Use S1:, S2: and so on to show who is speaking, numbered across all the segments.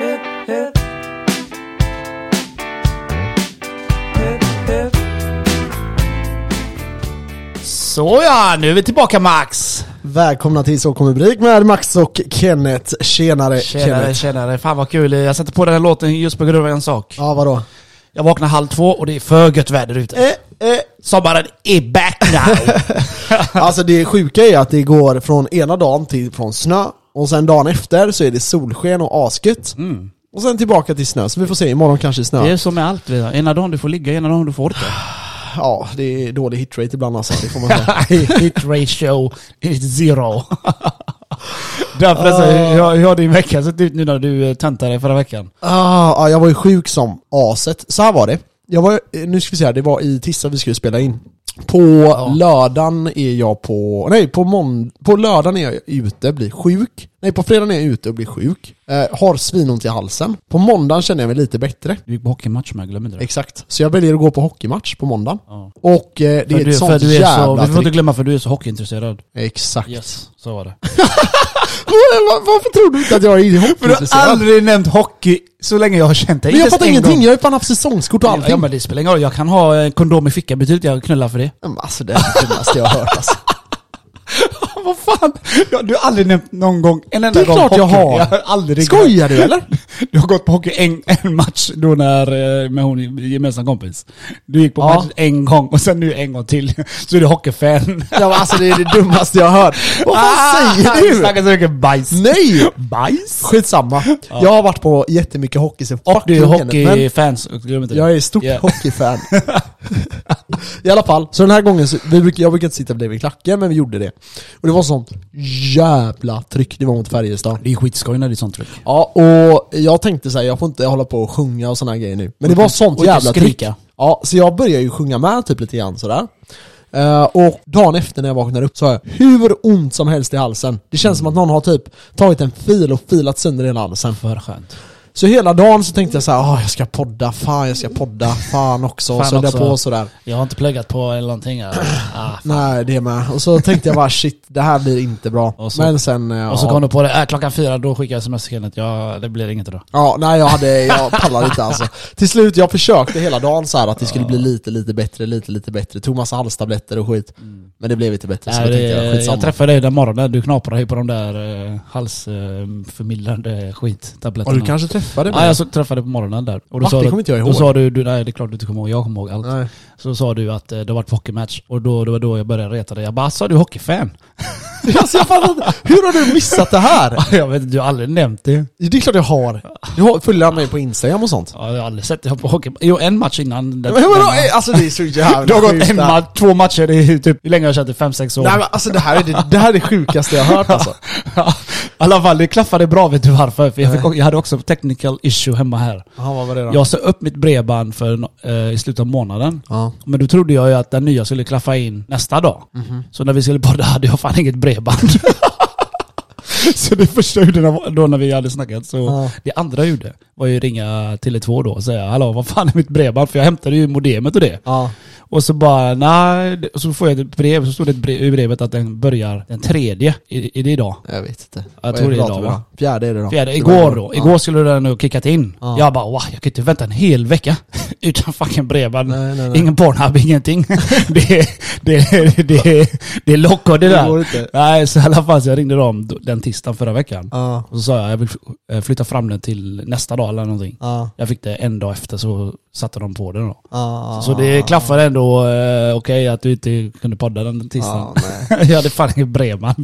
S1: Hup. Hup, hup.
S2: Såja, nu är vi tillbaka Max!
S3: Välkomna till Så kommer rubrik med Max och Kenneth. Tjenare,
S2: Tjenare,
S3: Kenneth.
S2: tjenare. Fan vad kul. Jag satte på den här låten just på grund av en sak.
S3: Ja, vadå?
S2: Jag vaknade halv två och det är för gött väder ute.
S3: Eh, eh.
S2: Sommaren är back now!
S3: Alltså det sjuka är att det går från ena dagen till från snö och sen dagen efter så är det solsken och asket. Och sen tillbaka till snö, så vi får se. Imorgon kanske det snö.
S4: Det är som med allt. vet du. Ena dagen du får ligga, ena dagen du får orka.
S3: Ja, det är dålig hitrate ibland alltså. Det får man säga.
S2: Hit ratio is zero. Därför alltså, hur, hur har din vecka sett ut nu när du eh, tentade dig förra veckan?
S3: Ah, ah, jag var ju sjuk som aset. Så här var det. Jag var, eh, nu ska vi se här, det var i tisdag vi skulle spela in. På lördagen är jag på, nej på månd, på lördagen är jag ute, blir sjuk. Nej på fredagen är jag ute och blir sjuk. Eh, har svinont i halsen. På måndagen känner jag mig lite bättre.
S4: Du gick på hockeymatch med, glöm inte det.
S3: Exakt. Så jag väljer att gå på hockeymatch på måndagen.
S4: Ja.
S3: Och eh,
S4: För
S3: det är ett
S4: du, för
S3: sånt
S4: du är så,
S3: jävla
S4: vi får inte
S3: trick.
S4: glömma för du är så hockeyintresserad.
S3: Exakt.
S4: Yes, så var det.
S3: Var- Varför tror du inte att jag är hockeyintresserad?
S2: nämnt hockey så länge jag har känt dig.
S3: Men jag
S2: Inte
S3: fattar
S2: ens en
S3: ingenting,
S2: gång.
S3: jag har ju fan haft säsongskort och allting.
S4: Ja men det spelar ingen roll, jag kan ha eh, kondom i fickan, betyder inte jag knullar för det.
S3: Men Alltså det är det dummaste jag har hört alltså.
S2: Vad fan? Ja, du har aldrig nämnt någon gång, en enda
S3: Det är
S2: gång
S3: klart jag
S2: hockey.
S3: har.
S2: aldrig
S3: Skojar du eller?
S2: Du har gått på hockey en, en match då när, eh, med hon gemensam kompis. Du gick på
S3: Ja.
S2: match en gång och sen nu en gång till. Så är du hockeyfan.
S3: Ja, men alltså det är det dummaste jag har hört. Vad
S4: Ah,
S3: fan säger
S2: Du
S3: du?
S2: snackar så mycket bajs.
S3: Nej!
S2: Bajs?
S3: Skitsamma. Jag har varit på jättemycket hockey sen
S4: Och du är
S3: fucking men
S4: hockeyfans, glöm inte det.
S3: Jag är stort
S4: Yeah.
S3: hockeyfan. I alla fall, så den här gången, så, vi bruk, jag brukar inte sitta bredvid klacken, men vi gjorde det. Och det var sånt jävla tryck, det var mot Färjestad.
S4: Det är skitskoj när det är sånt tryck.
S3: Ja, och jag tänkte så här, jag får inte hålla på och sjunga och såna här grejer nu. Men det var sånt
S4: Mm. och inte
S3: jävla
S4: skrika.
S3: tryck. Ja, så jag började ju sjunga med typ lite grann sådär. Eh, och dagen efter när jag vaknade upp så har jag hur ont som helst i halsen. Det känns som att någon har typ tagit en fil och filat sönder hela halsen.
S4: För skönt.
S3: Så hela dagen så tänkte jag så här, ah, jag ska podda, fan jag ska podda, fan också. Och
S4: Fan
S3: så höll jag
S4: också.
S3: på och sådär.
S4: Jag har inte pluggat på eller någonting. eller- Ah.
S3: Nej, det med. Och så tänkte jag bara shit, det här blir inte bra.
S4: Och så-
S3: Men sen... eh,
S4: Och så
S3: ja.
S4: kom du på det, äh, klockan fyra då skickar jag sms till Kenneth, ja, det blir inget idag.
S3: Ja, nej jag hade, jag pallade inte alltså. Till slut, jag försökte hela dagen så här att det skulle bli lite, lite bättre, lite, lite bättre. Tog massa halstabletter och skit. Men det blev inte bättre, så
S4: Mm. Nej,
S3: jag
S4: Äh, det,
S3: tänkte jag,
S4: jag,
S3: skitsamma.
S4: träffade dig den morgonen, du knaprade ju på de där uh, halsförmildrande
S3: Ja,
S4: skittabletterna.
S3: du kanske träffade mig?
S4: Ja, jag så träffade dig på morgonen där. Och
S3: Va?
S4: sa
S3: Det
S4: du-
S3: kommer inte jag ihåg.
S4: Då sa du, du, nej det är klart du inte kommer ihåg, jag kommer ihåg allt.
S3: Nej.
S4: Så sa du att eh, det var ett hockeymatch, och då, det var då jag började reta dig. Jag bara, sa du är hockeyfan?
S3: Alltså, jag fattar inte. Hur har du missat det här?
S4: jag vet inte, du har aldrig nämnt det.
S3: Det är klart jag har. Du har- följer mig på Instagram och sånt.
S4: Ja, jag har aldrig sett dig på hockey. Jo, en match innan. Där,
S3: Men vadå? Eh, Alltså det är så jävla
S4: det har gått
S3: sjukt
S4: en
S3: det här.
S4: match, två matcher, det är ju typ, hur länge har jag känt det? Fem, sex år.
S3: Nej men alltså det här är det, det, här är det sjukaste jag har hört alltså.
S4: Ja, I alla fall, det klaffade bra vet du varför? För jag, fick, jag hade också technical issue hemma här.
S3: Jaha, vad var det då?
S4: Jag sa upp mitt bredband för, nå- eh, i slutet av månaden.
S3: Ja.
S4: Men då trodde jag ju att den nya skulle klaffa in nästa dag. Så när vi skulle podda hade jag fan inget bredband. så det första jag gjorde när- då när vi hade snackat, så
S3: Ja.
S4: det andra jag gjorde var ju ringa Tele2 då och säga hallå vad fan är mitt bredband? För jag hämtade ju modemet och det.
S3: Ja.
S4: Och så bara, nej. Och så får jag ett brev, så stod det ett brev, i brevet att den börjar den tredje. Är, är det idag?
S3: Jag vet inte.
S4: Jag
S3: Vad
S4: tror det är
S3: pratar
S4: idag,
S3: vi
S4: va?
S3: om? Fjärde är det då.
S4: Fjärde,
S3: Det var
S4: igår då. Igår skulle den ha kickat in.
S3: Ja.
S4: Jag bara wow, jag kan inte vänta en hel vecka utan fucking bredband.
S3: Nej, nej, nej.
S4: Ingen Pornhub, ingenting. det, är- det, är- det, är- det är lockar det
S3: Det
S4: där.
S3: går inte.
S4: Nej, så i alla fall så jag ringde dem d- den tisdagen förra veckan.
S3: Ja.
S4: Och så sa jag, jag vill f- eh, flytta fram den till nästa dag eller någonting.
S3: Ja.
S4: Jag fick det en dag efter så satte de på den då.
S3: Ja.
S4: Så det klaffade ändå eh, okej att du inte kunde podda den tisdagen.
S3: Ja, nej.
S4: jag hade fan ingen Breman.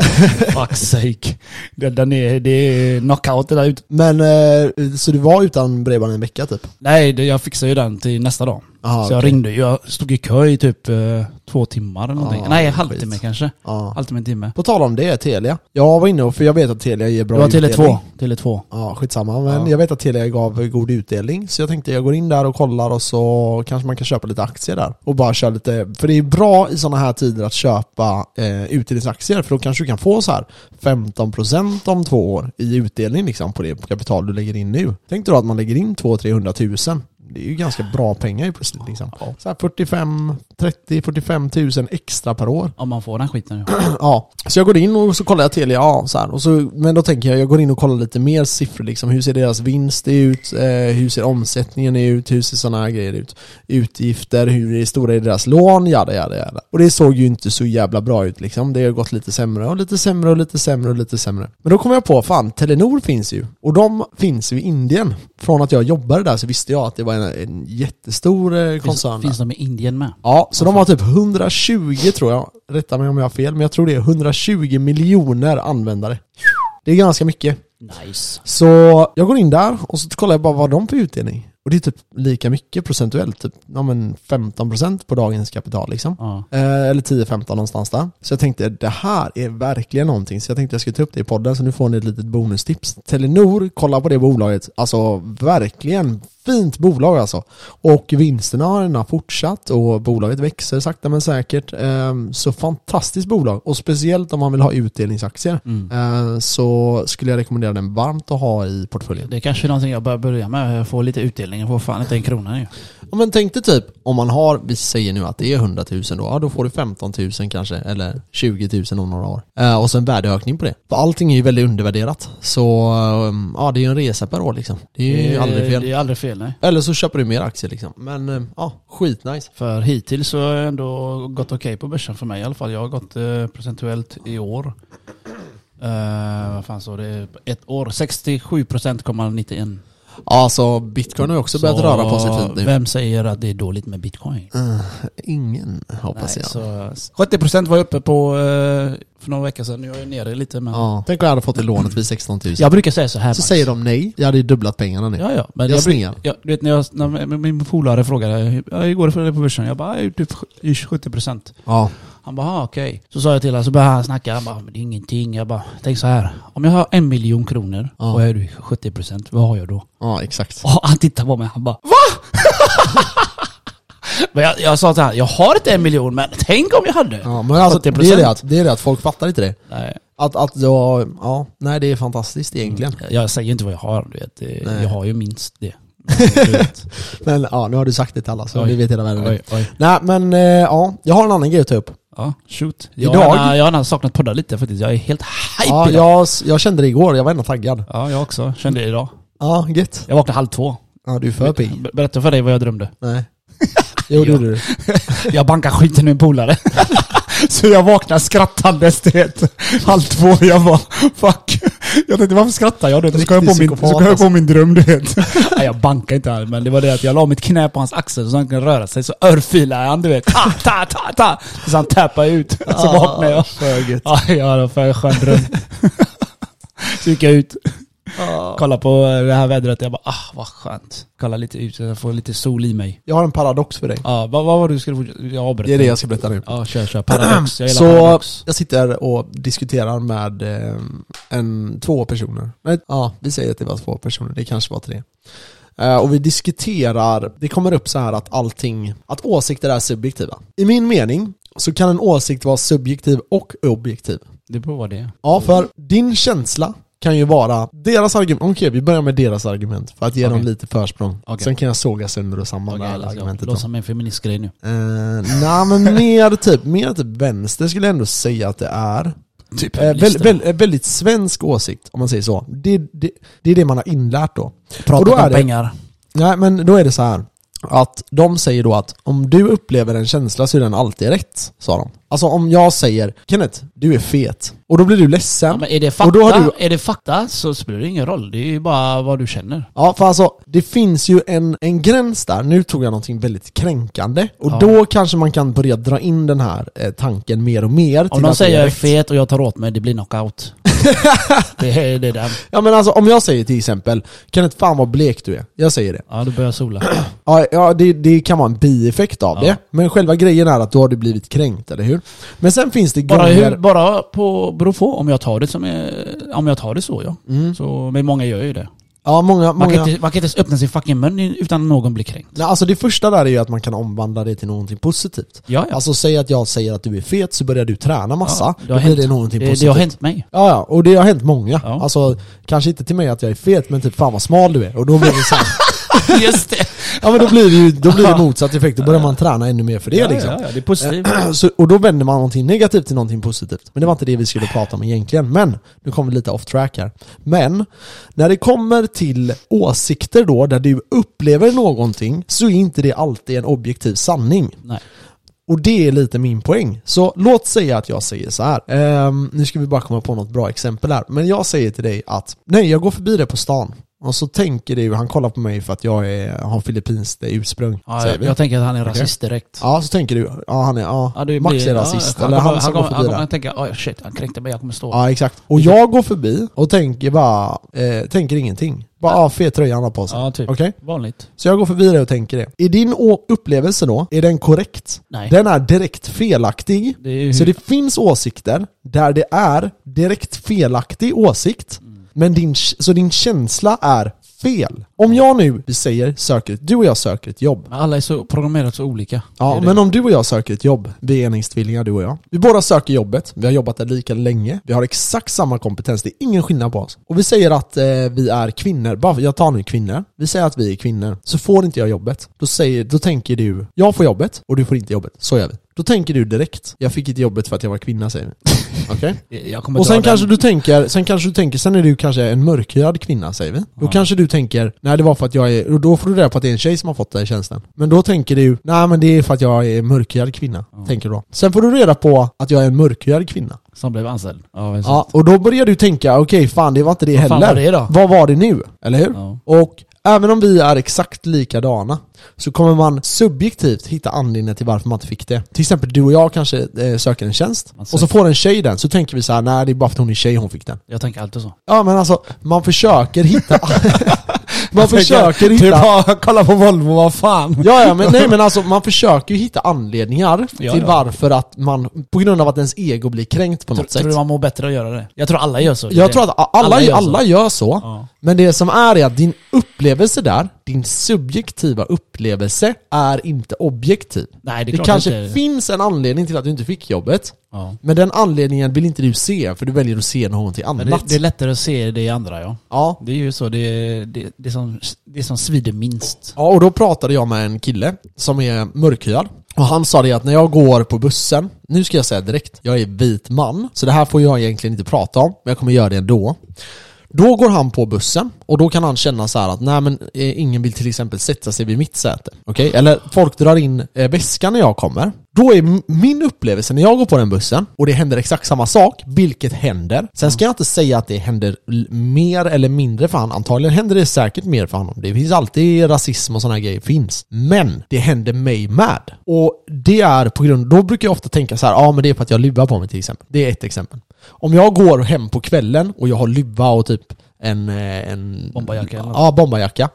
S4: Fuck sake. Det, den är, det är knockout det där ute.
S3: Men, eh, så du var utan bredband en vecka typ?
S4: Nej, det, jag fixade ju den till nästa dag.
S3: Aha,
S4: så jag
S3: okej.
S4: ringde ju. Jag stod i kö i typ eh, två timmar eller någonting.
S3: Ja,
S4: Nej, en
S3: skit.
S4: halvtimme kanske.
S3: Ja.
S4: Halvtimme, en timme.
S3: På tal om det, Telia. Jag var inne och, för jag vet att Telia ger bra
S4: Det var Tele2.
S3: utdelning.
S4: Tele2.
S3: Ja, skitsamma. Men
S4: Ja.
S3: jag vet att Telia gav god utdelning. Så jag tänkte jag går in där och kollar och så kanske man kan köpa lite aktier där. Och bara köra lite, för det är bra i sådana här tider att köpa eh, utdelningsaktier. För då kanske du kan få så här 15% om två år i utdelning liksom på det kapital du lägger in nu. Tänk dig då att man lägger in 200-300 000. det är ju ganska bra pengar ju plötsligt. Liksom. Så här 45, 30, 45 tusen extra per år.
S4: Om man får den skiten.
S3: Ja, så jag går in och så kollar jag Telia, ja, så här. Och så, men då tänker jag, jag går in och kollar lite mer siffror liksom. Hur ser deras vinst ut? Eh, hur ser omsättningen ut? Hur ser sådana här grejer ut? Utgifter, hur är stora är deras lån? Jada, jada, jada. Och det såg ju inte så jävla bra ut liksom. Det har gått lite sämre och lite sämre och lite sämre och lite sämre. Men då kom jag på, fan, Telenor finns ju. Och de finns ju i Indien. Från att jag jobbade där så visste jag att det var en, en jättestor eh, koncern.
S4: Finns, finns de i Indien med?
S3: Ja, så de har typ 120 tror jag, rätta mig om jag har fel, men jag tror det är 120 miljoner användare. Det är ganska mycket.
S4: Nice.
S3: Så jag går in där och så kollar jag bara vad de får utdelning. Och det är typ lika mycket procentuellt, typ ja, men 15% på dagens kapital liksom.
S4: Ja.
S3: Eh, eller 10-15 någonstans där. Så jag tänkte det här är verkligen någonting, så jag tänkte jag skulle ta upp det i podden, så nu får ni ett litet bonustips. Telenor, kolla på det bolaget. Alltså verkligen fint bolag alltså. Och vinsterna har den har fortsatt och bolaget växer sakta men säkert. Eh, Så fantastiskt bolag och speciellt om man vill ha utdelningsaktier eh, så skulle jag rekommendera den varmt att ha i portföljen.
S4: Det är kanske är någonting jag bör börja med. Jag får lite utdelning. Jag får fan inte en krona nu.
S3: Ja, men tänk dig typ, om man har, vi säger nu att det är 100 000 då, ja, då får du 15 000 kanske, eller 20 000 om några år. Eh, och så en värdeökning på det. För allting är ju väldigt undervärderat. Så eh, ja, det är ju en resa per år liksom. Det är ju aldrig fel.
S4: Det är aldrig fel, nej.
S3: Eller så köper du mer aktier liksom. Men eh, ja, skitnice.
S4: För hittills så har det ändå gått okej på börsen för mig i alla fall. Jag har gått eh, procentuellt i år. Eh, vad fan så det? Ett år 67,91.
S3: Ja, alltså bitcoin har ju också börjat
S4: Så
S3: röra på sig fint nu.
S4: Vem säger att det är dåligt med bitcoin?
S3: Ingen, hoppas
S4: Nej,
S3: jag.
S4: så 70% var jag uppe på eh, för några veckor sedan. Nu är jag nere lite men...
S3: Ja. Tänk om jag hade fått det lånet vid 16 000.
S4: Jag brukar säga så här
S3: så säger de nej. Jag hade ju dubblat pengarna nu.
S4: Ja, ja. Men
S3: Jag
S4: jag, brukar-
S3: slingar.
S4: jag, du vet när, jag, när min polare frågade, "Ja, hur går det för dig på börsen? Jag bara, "Ja, typ 70%.
S3: Ja.
S4: Han bara, "Ah, okej. Så sa jag till honom, så började han snacka. Han bara, men det är ingenting. Jag bara, tänk så här. Om jag har en miljon kronor
S3: Ja.
S4: och jag är du 70%, vad har jag då?
S3: ja, exakt.
S4: Och han tittar på mig, han bara, va? men jag, jag sa till honom, jag har inte en miljon men tänk om jag hade.
S3: Ja, men alltså, det,
S4: 70%.
S3: är det, att, det är det att folk fattar inte det.
S4: Nej,
S3: Att, att jag, ja, nej det är fantastiskt egentligen.
S4: jag säger inte vad jag har, du vet. Det-
S3: Nej.
S4: Jag har ju minst det. Du vet.
S3: Men ja, nu har du sagt det till alla så
S4: Oj.
S3: vi vet hela världen.
S4: oj, oj.
S3: Nej men eh, ja, jag har en annan grej att ta upp.
S4: Ja, shoot. Jag,
S3: Idag-
S4: Har, jag har saknat poddar lite faktiskt. Jag är helt hype
S3: Ja,
S4: idag.
S3: jag, jag kände det igår, jag var ändå taggad.
S4: Ja, jag också. Kände det idag.
S3: Ja, gött.
S4: Jag vaknade halv två.
S3: Ja, du är för pigg.
S4: Ber- Berätta för dig vad jag drömde.
S3: Nej. Jo, det gjorde du.
S4: Jag bankade skiten med en polare. Så jag vaknade skrattandes, du vet. Halv två, jag bara fuck. Jag tänkte varför skrattar jag? Du vet, så kom jag på min,
S3: Riktig
S4: så kom jag
S3: psykopat, alltså.
S4: på min dröm, du vet. Nej, jag bankade inte alls, men det var det att jag la mitt knä på hans axel så han kunde röra sig. Så örfilade han, du vet. Ta, ta, ta, ta. Så han tappade ut. Så vaknade jag.
S3: För gött.
S4: Ja, jag hade en för skön dröm. Så gick jag ut, kollade på eh, det här vädret jag bara ah vad skönt. Kolla lite ut, jag får lite sol i mig.
S3: Jag har en paradox för dig.
S4: Ja, vad, vad var det du skulle fortsätta? Jag avbröt.
S3: Det är det jag ska berätta nu.
S4: Ja, kör kör. Paradox. Jag gillar
S3: så
S4: paradox.
S3: jag sitter och diskuterar med eh, en, två personer. Nej, ja, vi säger att det var två personer, det kanske var tre. Eh, och vi diskuterar, det kommer upp så här att allting, att åsikter är subjektiva. I min mening så kan en åsikt vara subjektiv och objektiv.
S4: Det beror på vad det är.
S3: Ja, för din känsla kan ju vara deras argument. Okej, vi börjar med deras argument för att ge
S4: Okej.
S3: dem lite försprång.
S4: Okej.
S3: Sen kan jag såga sönder och samman det
S4: Okej, alltså,
S3: här
S4: okay,
S3: argumentet.
S4: jag
S3: då.
S4: låter som en feministgrej nu.
S3: Eh, nej men mer typ, mer typ vänster skulle jag ändå säga att det är.
S4: Typ
S3: Eh, väl, väl, eh, väldigt svensk åsikt om man säger så. Det, det, det är det man har inlärt då. och då
S4: Pratat
S3: är
S4: om
S3: det-
S4: pengar.
S3: Nej men då är det så här att de säger då att om du upplever en känsla så är den alltid rätt, sa de. Alltså om jag säger Kenneth, du är fet. Och då blir du ledsen.
S4: Ja, men är det fakta,
S3: Och då har du-
S4: är det fakta så spelar det ingen roll. Det är ju bara vad du känner.
S3: Ja, för alltså det finns ju en, en gräns där. Nu tog jag någonting väldigt kränkande. Och
S4: Ja.
S3: då kanske man kan börja dra in den här eh, tanken mer och mer.
S4: Om
S3: till
S4: någon
S3: att det
S4: säger jag är
S3: rätt.
S4: fet och jag tar åt mig, det blir knockout. det är det där.
S3: Ja men alltså om jag säger till exempel, Kenneth fan vad blek du är. Jag säger det.
S4: Ja, då börjar jag sola.
S3: Ja, ja det, det kan vara en bieffekt av
S4: Ja.
S3: det. Men själva grejen är att då har du blivit kränkt, eller hur? Men sen finns det
S4: Bara,
S3: gånger...
S4: hur, bara på, beror på om jag tar det som är, om jag tar det så ja. Så, men många gör ju det.
S3: Ja, många...
S4: Man,
S3: Mm. många...
S4: Kan inte, man kan inte ens öppna sin fucking mun utan någon blir kränkt.
S3: Nej, alltså det första där är ju att man kan omvandla det till någonting positivt.
S4: Ja, ja.
S3: Alltså säg att jag säger att du är fet så börjar du träna massa.
S4: det
S3: då
S4: har
S3: blir
S4: hänt.
S3: det någonting
S4: Det,
S3: positivt.
S4: det har hänt mig.
S3: Ja, ja, och det har hänt många.
S4: Ja.
S3: Alltså, kanske inte till mig att jag är fet, men typ fan vad smal du är. Och då blir det så här,
S4: Just det.
S3: Ja men då blir det ju då blir det motsatt effekt, då börjar man träna ännu mer för det
S4: Ja,
S3: liksom.
S4: ja, ja, det är positivt.
S3: Så, och då vänder man någonting negativt till någonting positivt. Men det var inte det vi skulle prata om egentligen. Men, nu kommer vi lite off track här. Men, när det kommer till åsikter då, där du upplever någonting, så är inte det alltid en objektiv sanning.
S4: Nej.
S3: Och det är lite min poäng. Så låt säga att jag säger så här. Ehm, nu ska vi bara komma på något bra exempel här. Men jag säger till dig att, nej jag går förbi dig på stan. Och så tänker du, han kollar på mig för att jag är, har filippinskt ursprung.
S4: Ja,
S3: säger
S4: jag,
S3: vi.
S4: jag tänker att han är rasist direkt.
S3: Ja, så tänker du, ja han är, ja,
S4: Ja, det
S3: Max
S4: blir-
S3: är rasist.
S4: ja,
S3: eller han, som
S4: kommer,
S3: går förbi
S4: Han kommer
S3: där.
S4: tänka, oj shit, han kränkte mig, jag kommer stå.
S3: Ja, exakt. Och jag går förbi och tänker bara, eh, tänker ingenting. Bara, ja, fet tröja han har på sig.
S4: Ja, typ.
S3: Okej?
S4: Vanligt.
S3: Så jag går förbi det och tänker det. Är din å- upplevelse då, är den korrekt?
S4: Nej.
S3: Den är direkt felaktig.
S4: Det är ju-
S3: Så det finns åsikter där det är direkt felaktig åsikt,
S4: Mm.
S3: men din, k- så din känsla är fel. Om jag nu, vi säger, söker, du och jag söker ett jobb.
S4: Men alla är så programmerat så olika. Det
S3: Ja,
S4: är det.
S3: men om du och jag söker ett jobb, vi är enäggstvillingar du och jag. Vi båda söker jobbet, vi har jobbat där lika länge, vi har exakt samma kompetens, det är ingen skillnad på oss. Och vi säger att eh, vi är kvinnor, bara, jag tar nu kvinnor, vi säger att vi är kvinnor, så får inte jag jobbet. Då, säger, då tänker du, jag får jobbet och du får inte jobbet, så gör vi. Då tänker du direkt, jag fick inte jobbet för att jag var kvinna säger vi. Okej?
S4: Jag kommer
S3: Och
S4: dra den.
S3: sen kanske, du tänker, sen kanske du tänker, sen är du kanske en mörkhyad kvinna säger vi. Då kanske du tänker, nej det var för att jag är, och då får du reda på att det är en tjej som har fått den här tjänsten. Men då tänker du, nej men det är för att jag är en mörkhyad kvinna. Tänker du då. Sen får du reda på att jag är en mörkhyad kvinna.
S4: Som blev anställd. Ja, precis.
S3: Ja, och då börjar du tänka, okej fan det var inte det
S4: Vad fan
S3: heller.
S4: var det då?
S3: Vad var det nu? Eller hur?
S4: Ja.
S3: Och även om vi är exakt likadana så kommer man subjektivt hitta anledningen till varför man inte fick det. Till exempel du och jag kanske eh, söker en tjänst
S4: Man
S3: och så får en tjej den så tänker vi så här: nej det är bara för att hon är tjej hon fick den.
S4: Jag tänker alltid så.
S3: Ja men alltså, man försöker hitta... man försöker
S4: Typ
S3: hitta...
S4: bara, kolla på Volvo, vad fan.
S3: Ja, ja, men, nej, men alltså, man försöker ju hitta anledningar
S4: Ja,
S3: till
S4: ja.
S3: varför att man, på grund av att ens ego blir kränkt på något
S4: Tror
S3: sätt.
S4: du man mår bättre att göra det? Jag tror alla gör så. Det är
S3: Jag
S4: det.
S3: tror att a- alla, alla, gör,
S4: gör så.
S3: alla gör så,
S4: Ja.
S3: men det som är är att din upplevelse där, din subjektiva upplevelse, är inte objektiv.
S4: Nej, det är
S3: Det
S4: klart
S3: kanske
S4: inte.
S3: finns en anledning till att du inte fick jobbet,
S4: Ja.
S3: men den anledningen vill inte du se, för du väljer att se någonting
S4: Men
S3: annat.
S4: det, det är lättare att se det i andra ja.
S3: ja.
S4: Det är ju så, det, det, det, som, det som svider minst.
S3: Ja, och då pratade jag med en kille som är mörkhyad. Och han sa det att när jag går på bussen, nu ska jag säga direkt, jag är vit man, så det här får jag egentligen inte prata om, men jag kommer göra det ändå. Då går han på bussen och då kan han känna så här att nej men eh, ingen vill till exempel sätta sig vid mitt säte. Okej? Eller folk drar in eh, väskan när jag kommer. Då är m- min upplevelse när jag går på den bussen och det händer exakt samma sak, vilket händer. Sen ska jag inte säga att det händer l- mer eller mindre för han. Antagligen händer det säkert mer för honom. Det finns alltid rasism och sådana grejer finns. Men det händer mig med. Och det är på grund, då brukar jag ofta tänka så här, ja men det är för att jag luvar på mig till exempel. Det är ett exempel. Om jag går hem på kvällen och jag har luva och typ en... eh, en
S4: Bomberjacka eller något.
S3: Ja, bombarjacka.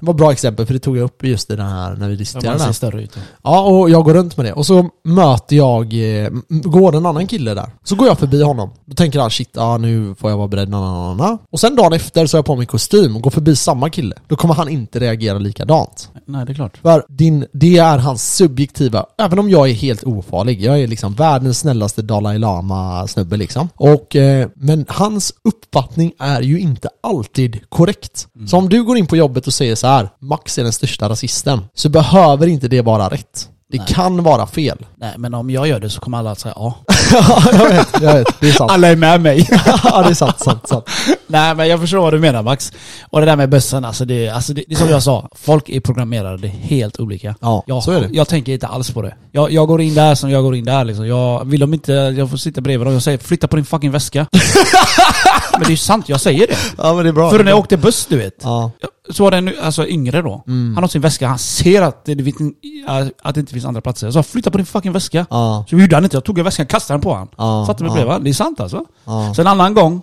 S3: Det var ett bra exempel för det tog jag upp just i den här när vi
S4: Man
S3: diskuterade den.
S4: ser
S3: här.
S4: större ut.
S3: Ja, och jag går runt med det. Och så möter jag, eh, m- går en annan kille där. Så går jag förbi honom. Då tänker han shit, ah, nu får jag vara beredd. Na, na, na, na. Och sen dagen efter så har jag på mig kostym och går förbi samma kille. Då kommer han inte reagera likadant.
S4: Nej, det är klart.
S3: För din, det är hans subjektiva, även om jag är helt ofarlig, jag är liksom världens snällaste Dalai Lama-snubbe liksom. Och, eh, men hans uppfattning är ju inte alltid korrekt. Så om du går in på jobbet och säger så här, Max är den största rasisten, så behöver inte det vara rätt. Det kan vara fel.
S4: Nej, men om jag gör det så kommer alla att säga ja.
S3: jag vet, jag vet. Det är sant.
S4: Alla är med mig.
S3: ja, det är sant, sant, sant.
S4: Nej, men jag förstår vad du menar Max. Och det där med bössan, alltså det, alltså det, det är som jag sa. Folk är programmerade helt olika.
S3: Ja,
S4: jag,
S3: så är det.
S4: Jag tänker inte alls på det. Jag, jag går in där som jag går in där liksom. Jag, vill de inte, jag får sitta bredvid dem. Jag säger flytta på din fucking väska. men det är ju sant, jag säger det.
S3: Ja, men det är bra.
S4: För när jag åkte buss du vet.
S3: Ja.
S4: Så var det en alltså, yngre då.
S3: Mm.
S4: Han har sin väska, han ser att det, det, vet- att det inte finns andra platser. Jag sa flytta på din fucking väska.
S3: Ja.
S4: Så gjorde han inte. Jag tog en väska och kastade den på honom.
S3: Ja,
S4: Satte mig
S3: ja.
S4: bredvid honom. Det är sant alltså.
S3: Ja.
S4: Så en annan gång,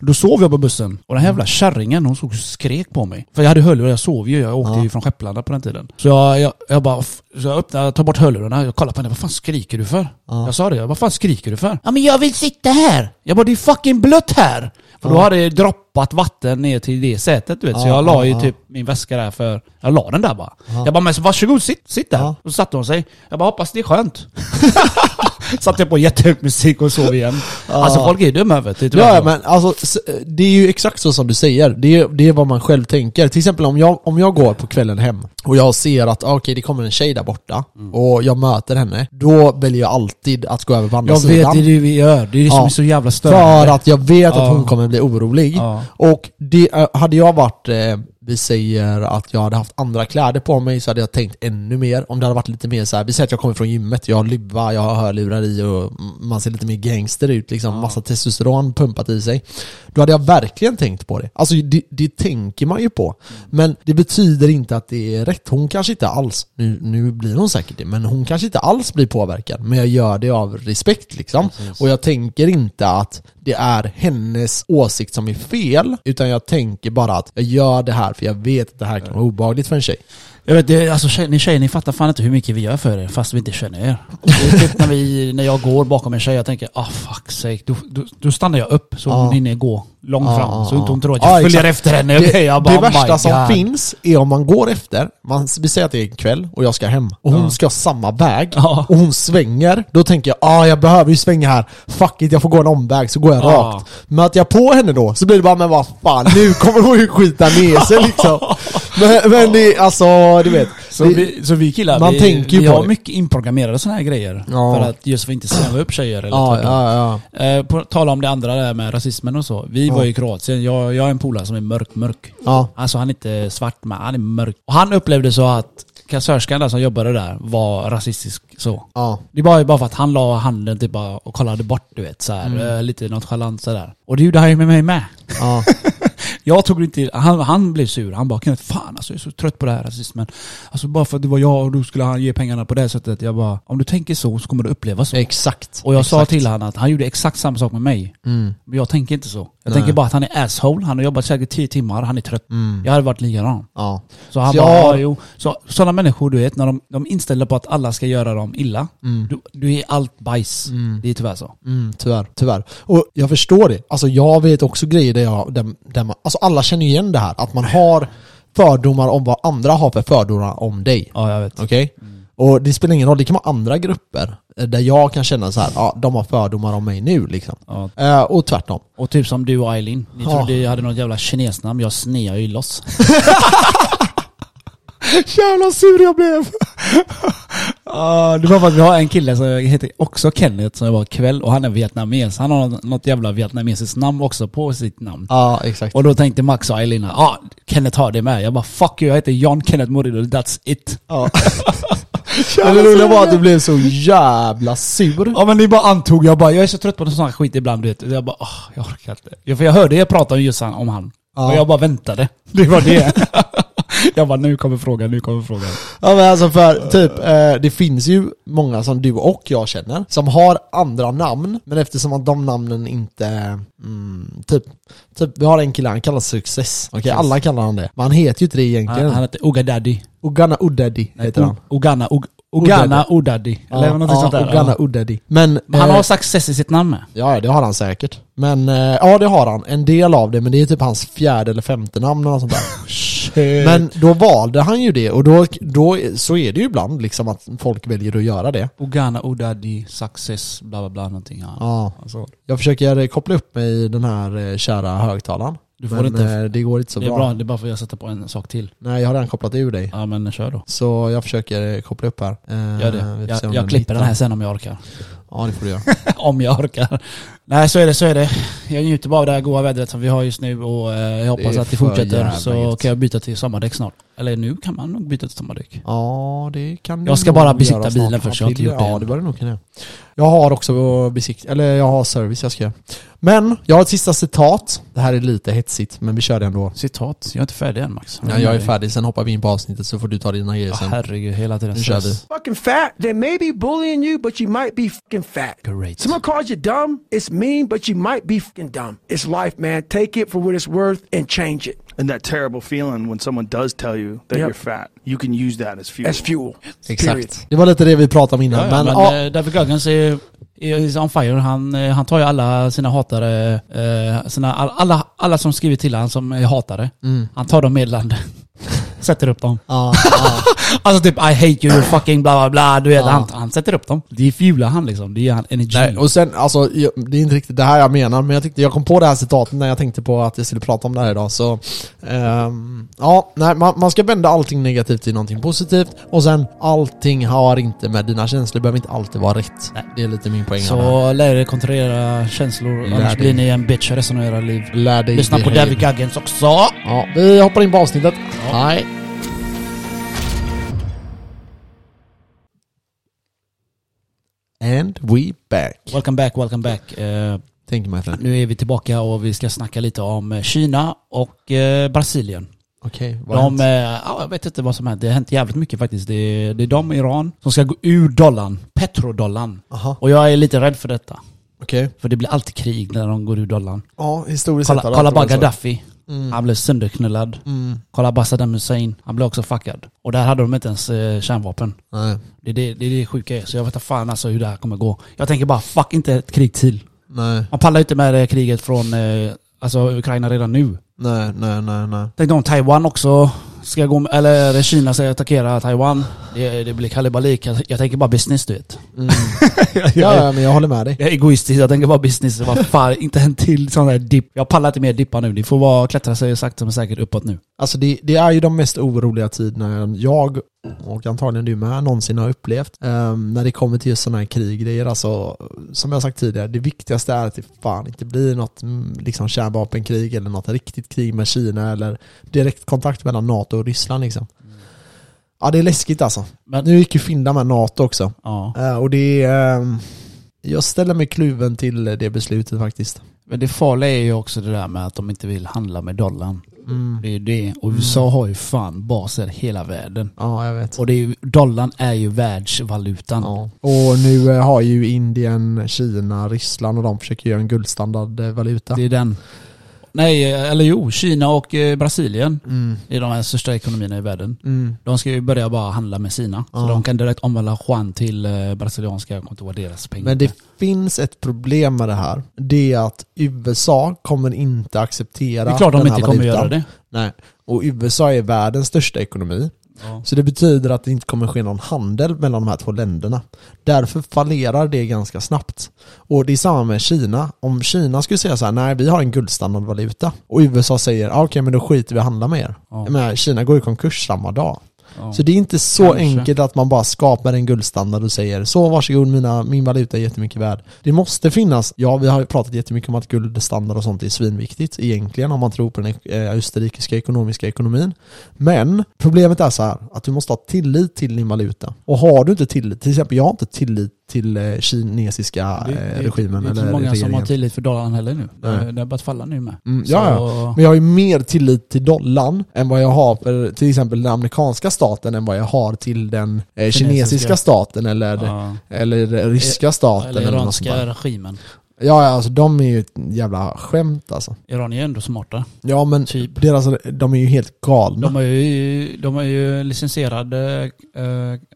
S4: då sov jag på bussen. Och den här jävla kärringen, hon stod och skrek på mig. För jag hade hörlurar, jag sov ju. Jag åkte ju från Skepplanda på den tiden. Så jag, jag, jag bara, f- så jag öppnade, jag tar bort hörlurarna. Jag kollar på henne, vad fan skriker du för? Jag sa det, jag bara, vad fan skriker du för? Ja men jag vill sitta här! Jag bara, det är fucking blött här! För då hade det droppat vatten ner till det sätet du vet. Så
S3: Ja,
S4: jag la
S3: ja,
S4: ju
S3: ja.
S4: typ min väska där för... Jag la den där bara. Jag bara, men så varsågod sitt, sitt där.
S3: Ja.
S4: Och så satte hon sig. Jag bara, hoppas det är skönt. Satte på jättehög musik och sov igen. Alltså folk är ju dumma vet du.
S3: Ja, men alltså, s- det är ju exakt så som du säger. Det är, det är vad man själv tänker. Till exempel om jag, om jag går på kvällen hem och jag ser att ah, okej, det kommer en tjej där borta
S4: Mm.
S3: och jag möter henne. Då väljer jag alltid att gå över på andra
S4: Jag
S3: sidan.
S4: vet, det är det vi gör. Det är det som
S3: Alltså, Ja.
S4: är så jävla störande.
S3: För att jag vet
S4: Ja.
S3: att hon kommer bli orolig.
S4: Ja.
S3: Och det, eh, hade jag varit, eh, vi säger att jag hade haft andra kläder på mig så hade jag tänkt ännu mer. Om det hade varit lite mer så här, vi säger att jag kommer från gymmet, jag har luva, jag har hörlurar i och m- man ser lite mer gangster ut liksom. Massa testosteron pumpat i sig. Då hade jag verkligen tänkt på det. Alltså det, det tänker man ju på. Men det betyder inte att det är rätt. Hon kanske inte alls, nu, nu blir hon säkert det, men hon kanske inte alls blir påverkad. Men jag gör det av respekt liksom. Och jag tänker inte att det är hennes åsikt som är fel, utan jag tänker bara att jag gör det här för jag vet att det här kan vara obehagligt för en tjej.
S4: Jag vet, det, är- alltså tjej, ni tjejer ni fattar fan inte hur mycket vi gör för er fast vi inte känner er. Det är typ när, vi, när jag går bakom en tjej jag tänker ah fuck sake, då, då, då stannar jag upp så hon
S3: Ja.
S4: hinner gå långt
S3: Ja,
S4: fram.
S3: ja,
S4: Så inte hon
S3: ja.
S4: tror att jag
S3: Ja,
S4: följer
S3: exakt.
S4: efter henne.
S3: Det,
S4: jag bara,
S3: det
S4: "Oh my
S3: värsta som
S4: God."
S3: finns är om man går efter, man, vi säger att det är en kväll och jag ska hem och hon ska samma väg
S4: Ja.
S3: och hon svänger, då tänker jag ah jag behöver ju svänga här, fuck it jag får gå en omväg så går jag
S4: Ja.
S3: rakt. Möter jag på henne då så blir det bara men vad fan nu kommer hon ju skita ner sig liksom. Men, men det är alltså, du vet.
S4: Så
S3: det,
S4: vi, så vi killar,
S3: man
S4: vi,
S3: tänker ju
S4: vi
S3: på
S4: har
S3: det.
S4: mycket inprogrammerade sådana här grejer.
S3: Ja.
S4: För att just för att inte snäva upp tjejer eller
S3: ja,
S4: tvärtom.
S3: ja, ja.
S4: Eh, på tala om det andra där med rasismen och så. Vi var i Kroatien, jag, jag är en polare som är mörk, mörk.
S3: Ja.
S4: Alltså han är inte svart men han är mörk. Och han upplevde så att kassörskan där som jobbade där var rasistisk så.
S3: Ja.
S4: Det var ju bara för att han la handen typ bara och kollade bort du vet så här,
S3: Mm.
S4: eh, lite nonchalant sådär. Och det gjorde han ju med mig med.
S3: Ja.
S4: Jag tog det inte han, han blev sur. Han bara Kenneth, fan alltså jag är så trött på det här rasismen. Alltså bara för att det var jag och då skulle han ge pengarna på det här sättet. Jag bara, om du tänker så så kommer du uppleva så.
S3: Exakt.
S4: Och jag sa
S3: exakt. Mm.
S4: till honom att han gjorde exakt samma sak med mig. Men jag tänker inte så. Jag
S3: Nej.
S4: tänker bara att han är asshole, han har jobbat säkert 10 timmar, han är trött. Jag hade varit likadan.
S3: Ja.
S4: Så han
S3: Så jag-
S4: bara, ja, jo. Så, sådana människor du vet, när de, de inställer på att alla ska göra dem illa. Du, du är allt bajs. Det är tyvärr så.
S3: Mm, tyvärr, tyvärr. Och jag förstår det. Alltså jag vet också grejer där, jag, där, där man, alltså alla känner ju igen det här. Att man har fördomar om vad andra har för fördomar om dig.
S4: Ja, jag vet.
S3: Okej? Och det spelar ingen roll, det kan vara andra grupper eh, där jag kan känna så här, ja de har fördomar om mig nu liksom.
S4: Ja.
S3: Eh, och tvärtom.
S4: Och typ som du och Eileen. Ni
S3: Ja.
S4: trodde jag hade något jävla kinesnamn, jag snear ju loss.
S3: Jävla sur jag blev!
S4: Ja, det var för att vi har en kille som heter också Kenneth som var kväll och han är vietnames. Han har något jävla vietnamesiskt namn också på sitt namn.
S3: Ja, exakt.
S4: Och då tänkte Max och Eileen, ja ah, Kenneth har det med. Jag bara fuck you, jag heter John Kenneth Morido, that's it.
S3: Ja. Men det roliga var att du blev så jävla sur.
S4: Ja men ni bara antog, jag bara jag är så trött på sån här skit ibland du vet. Jag bara ah, jag orkar inte. Ja, för jag hörde er prata om just han, om han.
S3: Ja.
S4: Och jag bara väntade. Det var det. jag bara nu kommer frågan, nu kommer frågan.
S3: Ja men alltså för typ, eh, det finns ju många som du och jag känner som har andra namn, men eftersom att de namnen inte, mm, typ, typ, vi har en kille, han kallas Success. Okej, alla kallar han det. Men han heter ju inte det egentligen.
S4: Han, han heter Oga Daddy.
S3: Ogana Udaddi heter han.
S4: Ogana, Og- Ogana Odaddy. Eller
S3: Ja,
S4: något
S3: ja,
S4: sånt där.
S3: Ogana Udaddi. Men,
S4: Men Han
S3: eh,
S4: har success i sitt namn med.
S3: Ja, det har han säkert. Men, eh, ja det har han. En del av det, men det är typ hans fjärde eller femte namn eller något sånt där. men då valde han ju det, och då, då, så är det ju ibland liksom att folk väljer att göra det.
S4: Ogana Odaddy, success, bla bla bla någonting. Ja.
S3: Ja.
S4: Alltså,
S3: Jag försöker eh, koppla upp mig i den här eh, kära högtalaren.
S4: Du får
S3: men
S4: inte-
S3: eh, det går inte så
S4: det är
S3: bra.
S4: bra, det är bara för att jag sätter på en sak till.
S3: Nej, jag har redan kopplat ur dig.
S4: Ja men kör då.
S3: Så jag försöker eh, koppla upp här. Eh,
S4: Gör
S3: vi
S4: det.
S3: får se om
S4: Jag, jag klipper
S3: hittar.
S4: den här sen om jag orkar.
S3: Ja, det får du göra.
S4: om jag orkar. Nej så är det, så är det. Jag njuter bara av det här goa vädret som vi har just nu och eh, jag hoppas
S3: Det är
S4: att det
S3: för
S4: fortsätter.
S3: jävla
S4: Så
S3: gött.
S4: kan jag byta till sommardäck snart. Eller nu kan man nog byta till sommardäck.
S3: Ja, det kan du
S4: Jag ska
S3: nog
S4: bara besitta
S3: göra
S4: bilen
S3: snart.
S4: först, jag har inte gjort det
S3: Ja,
S4: än.
S3: det bör du nog kunna göra. Jag har också eh, besikt, eller jag har service jag ska göra. Men, jag har ett sista citat. Det här är lite hetsigt, men vi kör det ändå.
S4: Citat. Jag är inte färdig än Max.
S3: Ja, jag är färdig, sen hoppar vi in på avsnittet så får du ta dina grejer
S4: Mm. Ja,
S3: sen.
S4: herregud, hela tiden
S3: Nu kör vi.
S4: stress.
S5: fucking fat. They may be bullying you, but you might be fucking fat.
S4: Great.
S5: Someone calls you dumb. It's mean, but you might be fucking dumb. It's life, man. Take it for what it's worth and change it
S6: and that terrible feeling when someone does tell you that
S5: Yep.
S6: you're fat, you can use that as fuel.
S5: as fuel. Period.
S3: Exakt. Det var lite det vi pratade om
S4: Ja,
S3: innan,
S4: ja, men
S3: men, ja,
S4: eh, David Goggins är, är is on fire. Han, eh, han tar ju alla sina hatare, eh, sina, all- alla, alla som skriver till honom som är hatare. Han tar dem medlande. Sätter upp dem.
S3: Mm. Ja, ja.
S4: Alltså typ I hate you, you fucking bla bla bla. Du vet, han, han sätter upp dem. Det är fula han liksom. Det är han energi.
S3: Nej, och sen, alltså, jag- det är inte riktigt det här jag menar, men jag, tyckte, jag kom på det här citatet när jag tänkte på att jag skulle prata om det här idag, så... ehm, ja, nej, man, man ska vända allting negativt till någonting positivt, och sen, allting har inte med dina känslor, behöver inte alltid vara rätt.
S4: Nej.
S3: Det är lite min poäng här.
S4: Så lär er kontrollera känslor,
S3: Lär dig.
S4: annars blir ni en bitch resten av era liv.
S3: Lär dig
S4: Lyssna på
S3: behave.
S4: David Goggins också!
S3: Ja, vi hoppar in på avsnittet. Nej. And we back.
S4: Welcome back, welcome back. Eh,
S3: Thank you my friend.
S4: nu är vi tillbaka och vi ska snacka lite om eh, Kina och eh, Brasilien.
S3: Okej, vad har
S4: De,
S3: hänt?
S4: eh, ja, jag vet inte vad som hänt. Det har hänt jävligt mycket faktiskt. Det är, det är de och Iran som ska gå ur dollarn, petrodollarn.
S3: Aha,
S4: Och jag är lite rädd för detta.
S3: okej.
S4: För det blir alltid krig när de går ur dollarn.
S3: Ja, historiskt
S4: Kolla,
S3: sett har det
S4: kolla
S3: alltid
S4: bara
S3: varit så.
S4: Gaddafi.
S3: Mm.
S4: Han blev sönderknullad.
S3: Mm.
S4: Kolla bara Saddam Hussein. Han blev också fuckad. Och där hade de inte ens eh, kärnvapen.
S3: Nej,
S4: Det är det, det, är det sjuka är. Så jag vet inte fan alltså hur det här kommer gå. Jag tänker bara, fuck inte ett krig till.
S3: nej,
S4: Man pallar inte med det här kriget från eh, alltså Ukraina redan nu.
S3: nej, nej, nej, nej.
S4: Tänk om Taiwan också ska gå, med- eller Kina ska attackera Taiwan. Det, det blir kalabalik. Jag, jag tänker bara business du vet.
S3: Mm. ja, ja, men jag håller med dig.
S4: Jag är egoistisk, jag tänker bara business. Vad fan, inte en till sån där dipp. Jag pallar inte mer dippar nu. Det får vara klättra sig sakta men säkert uppåt nu.
S3: Alltså det, det är ju de mest oroliga tiderna jag, och antagligen du med, någonsin har upplevt. Ehm, när det kommer till just sådana här kriggrejer, alltså som jag sagt tidigare, det viktigaste är att det fan inte blir något mm, liksom, kärnvapenkrig eller något riktigt krig med Kina eller direktkontakt mellan NATO och Ryssland liksom. Ja det är läskigt alltså.
S4: Men-
S3: Nu gick ju Finland med NATO också.
S4: Ja.
S3: Eh, och det är... ehm, jag ställer mig kluven till det beslutet faktiskt.
S4: Men det farliga är ju också det där med att de inte vill handla med dollarn.
S3: Mm.
S4: Det är det. Och USA har ju fan baser hela världen.
S3: Ja, jag vet.
S4: Och det är ju, dollarn är ju världsvalutan.
S3: Ja. Och nu eh, har ju Indien, Kina, Ryssland och de försöker göra en guldstandard eh, valuta.
S4: Det är den. Nej, eller jo, Kina och eh, Brasilien
S3: Mm.
S4: är de här största ekonomierna i världen.
S3: Mm.
S4: De ska ju börja bara handla med sina.
S3: Ja.
S4: Så de kan direkt omvandla Juan till eh, brasilianska, jag kommer inte ihåg vad deras pengar.
S3: Men det finns ett problem med det här. Det är att USA kommer inte acceptera
S4: det är klart de
S3: den här
S4: inte kommer
S3: valutan.
S4: göra det.
S3: Nej. Och USA är världens största ekonomi.
S4: Ja.
S3: Så det betyder att det inte kommer ske någon handel mellan de här två länderna. Därför fallerar det ganska snabbt. Och det är samma med Kina. Om Kina skulle säga så här, nej vi har en guldstandardvaluta. Och USA säger, ah, okej men då skiter vi i att handla med er.
S4: Ja.
S3: Jag menar, Kina går i konkurs samma dag.
S4: Ja.
S3: Så det är inte så
S4: Kanske.
S3: enkelt att man bara skapar en guldstandard och säger så varsågod mina, min valuta är jättemycket värd. Det måste finnas, ja vi har ju pratat jättemycket om att guldstandard och sånt är svinviktigt egentligen om man tror på den eh, österrikiska ekonomiska ekonomin. Men problemet är så här att du måste ha tillit till din valuta. Och har du inte tillit, till exempel jag har inte tillit till eh, kinesiska
S4: Det-
S3: eh,
S4: det-
S3: regimen
S4: Det är inte
S3: eller
S4: så många som
S3: regeringen.
S4: har tillit för dollarn heller nu.
S3: Nej.
S4: Det- Det har börjat falla nu med.
S3: Mm,
S4: Så-
S3: ja, ja. Men jag har ju mer tillit till dollarn än vad jag har för till exempel den amerikanska staten än vad jag har till den eh, kinesiska.
S4: Kinesiska.
S3: staten eller,
S4: Ja. Eh,
S3: eller den ryska staten.
S4: Eller
S3: eller något sånt
S4: iranska
S3: där.
S4: regimen.
S3: Ja, ja, alltså de är ju ett jävla skämt alltså.
S4: Iran är ju ändå smarta.
S3: Ja, men
S4: Typ.
S3: deras, de är ju helt galna.
S4: De är ju, de är ju licensierade, eh,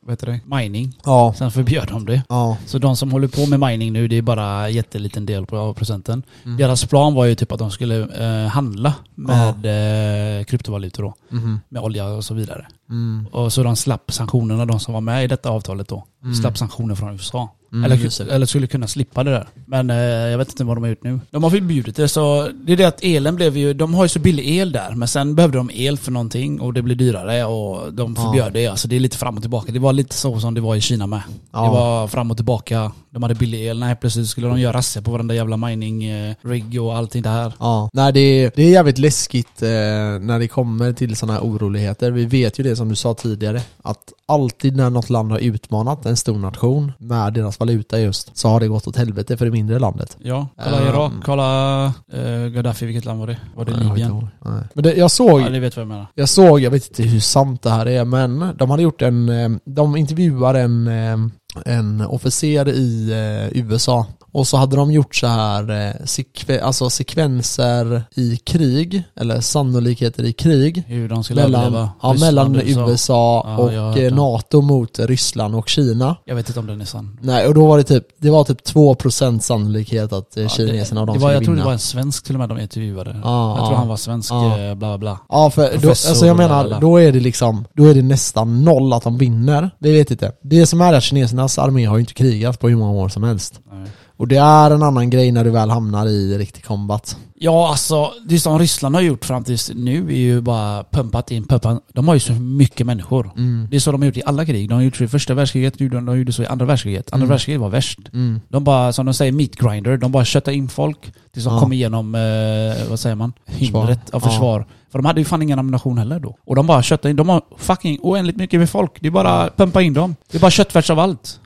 S4: vad heter det, mining.
S3: Ja,
S4: Sen förbjöd de det.
S3: ja.
S4: Så de som håller på med mining nu, det är bara en jätteliten del på- av procenten.
S3: Mm.
S4: Deras plan var ju typ att de skulle eh, handla med eh, kryptovalutor då.
S3: Mhm.
S4: Med olja och så vidare.
S3: Mm.
S4: Och så de slapp sanktionerna, de som var med i detta avtalet då. Slapp sanktioner från USA.
S3: Mm. just
S4: eller,
S3: det.
S4: eller skulle kunna slippa det där. Men eh, jag vet inte vad de har gjort nu. De har förbjudit det, så det är det att elen blev ju... De har ju så billig el där, men sen behövde de el för någonting och det blev dyrare och de förbjöd det. Alltså det är lite fram och tillbaka. Det var lite så som det var i Kina med.
S3: Ja.
S4: Det var fram och tillbaka. De hade billig el. Nej, plötsligt skulle de göra rasse på varenda jävla mining-rig och allting det här.
S3: Ja, nej det är, det är jävligt läskigt eh, när det kommer till sådana här oroligheter. Vi vet ju det som du sa tidigare, att alltid när något land har utmanat en stor nation med deras valuta just, så har det gått åt helvete för det mindre landet.
S4: Ja, kolla
S3: Ehm.
S4: Irak, kolla eh, Gaddafi, vilket land var det? Var det
S3: Nej, jag har inte
S4: Libyen?
S3: ihåg. Nej. Men det, jag såg,
S4: Ja, ni vet vad jag menar.
S3: jag såg, jag vet inte hur sant det här är, men de hade gjort en, eh, de intervjuar en, eh, en officer i eh, USA Och så hade de gjort så här eh, sekve- alltså sekvenser i krig, eller sannolikheter i krig.
S4: Hur de skulle
S3: Mellan,
S4: överleva.
S3: ja,
S4: Ryssland,
S3: mellan USA,
S4: Ja, jag har
S3: och
S4: hört
S3: eh,
S4: det.
S3: NATO mot Ryssland och Kina.
S4: Jag vet inte om den är sann.
S3: Nej, och då var det typ, det var typ 2% sannolikhet att eh,
S4: Ja,
S3: kineserna och de
S4: det var,
S3: skulle
S4: Jag tror
S3: vinna.
S4: det var en svensk till och med de intervjuade.
S3: Ja,
S4: jag tror
S3: ja.
S4: han var svensk,
S3: Ja.
S4: eh, bla bla bla.
S3: Ja, för då,
S4: Professor
S3: alltså jag
S4: och
S3: menar,
S4: alla.
S3: då är det liksom, då är det nästan noll att de vinner. Vi vet inte. Det som är att kinesernas armé har ju inte krigat på hur många år som helst.
S4: Nej.
S3: Och det är en annan grej när du väl hamnar i riktig combat.
S4: Ja, alltså det som Ryssland har gjort fram tills nu är ju bara pumpat in, pumpat. De har ju så mycket människor.
S3: Mm.
S4: Det är så de har gjort i alla krig. De har gjort så i första världskriget, nu de de gjorde så i andra världskriget. Andra världskriget var värst.
S3: Mm.
S4: De bara, som de säger, meat grinder. De bara köttar in folk tills de
S3: Ja.
S4: kom igenom, eh, vad säger man,
S3: Försvar.
S4: hindret av
S3: Ja.
S4: försvar. För de hade ju fan ingen ammunition heller då. Och de bara köttar in, de har fucking oändligt mycket med folk. Det är bara pumpa in dem. Det är bara köttfärs av allt.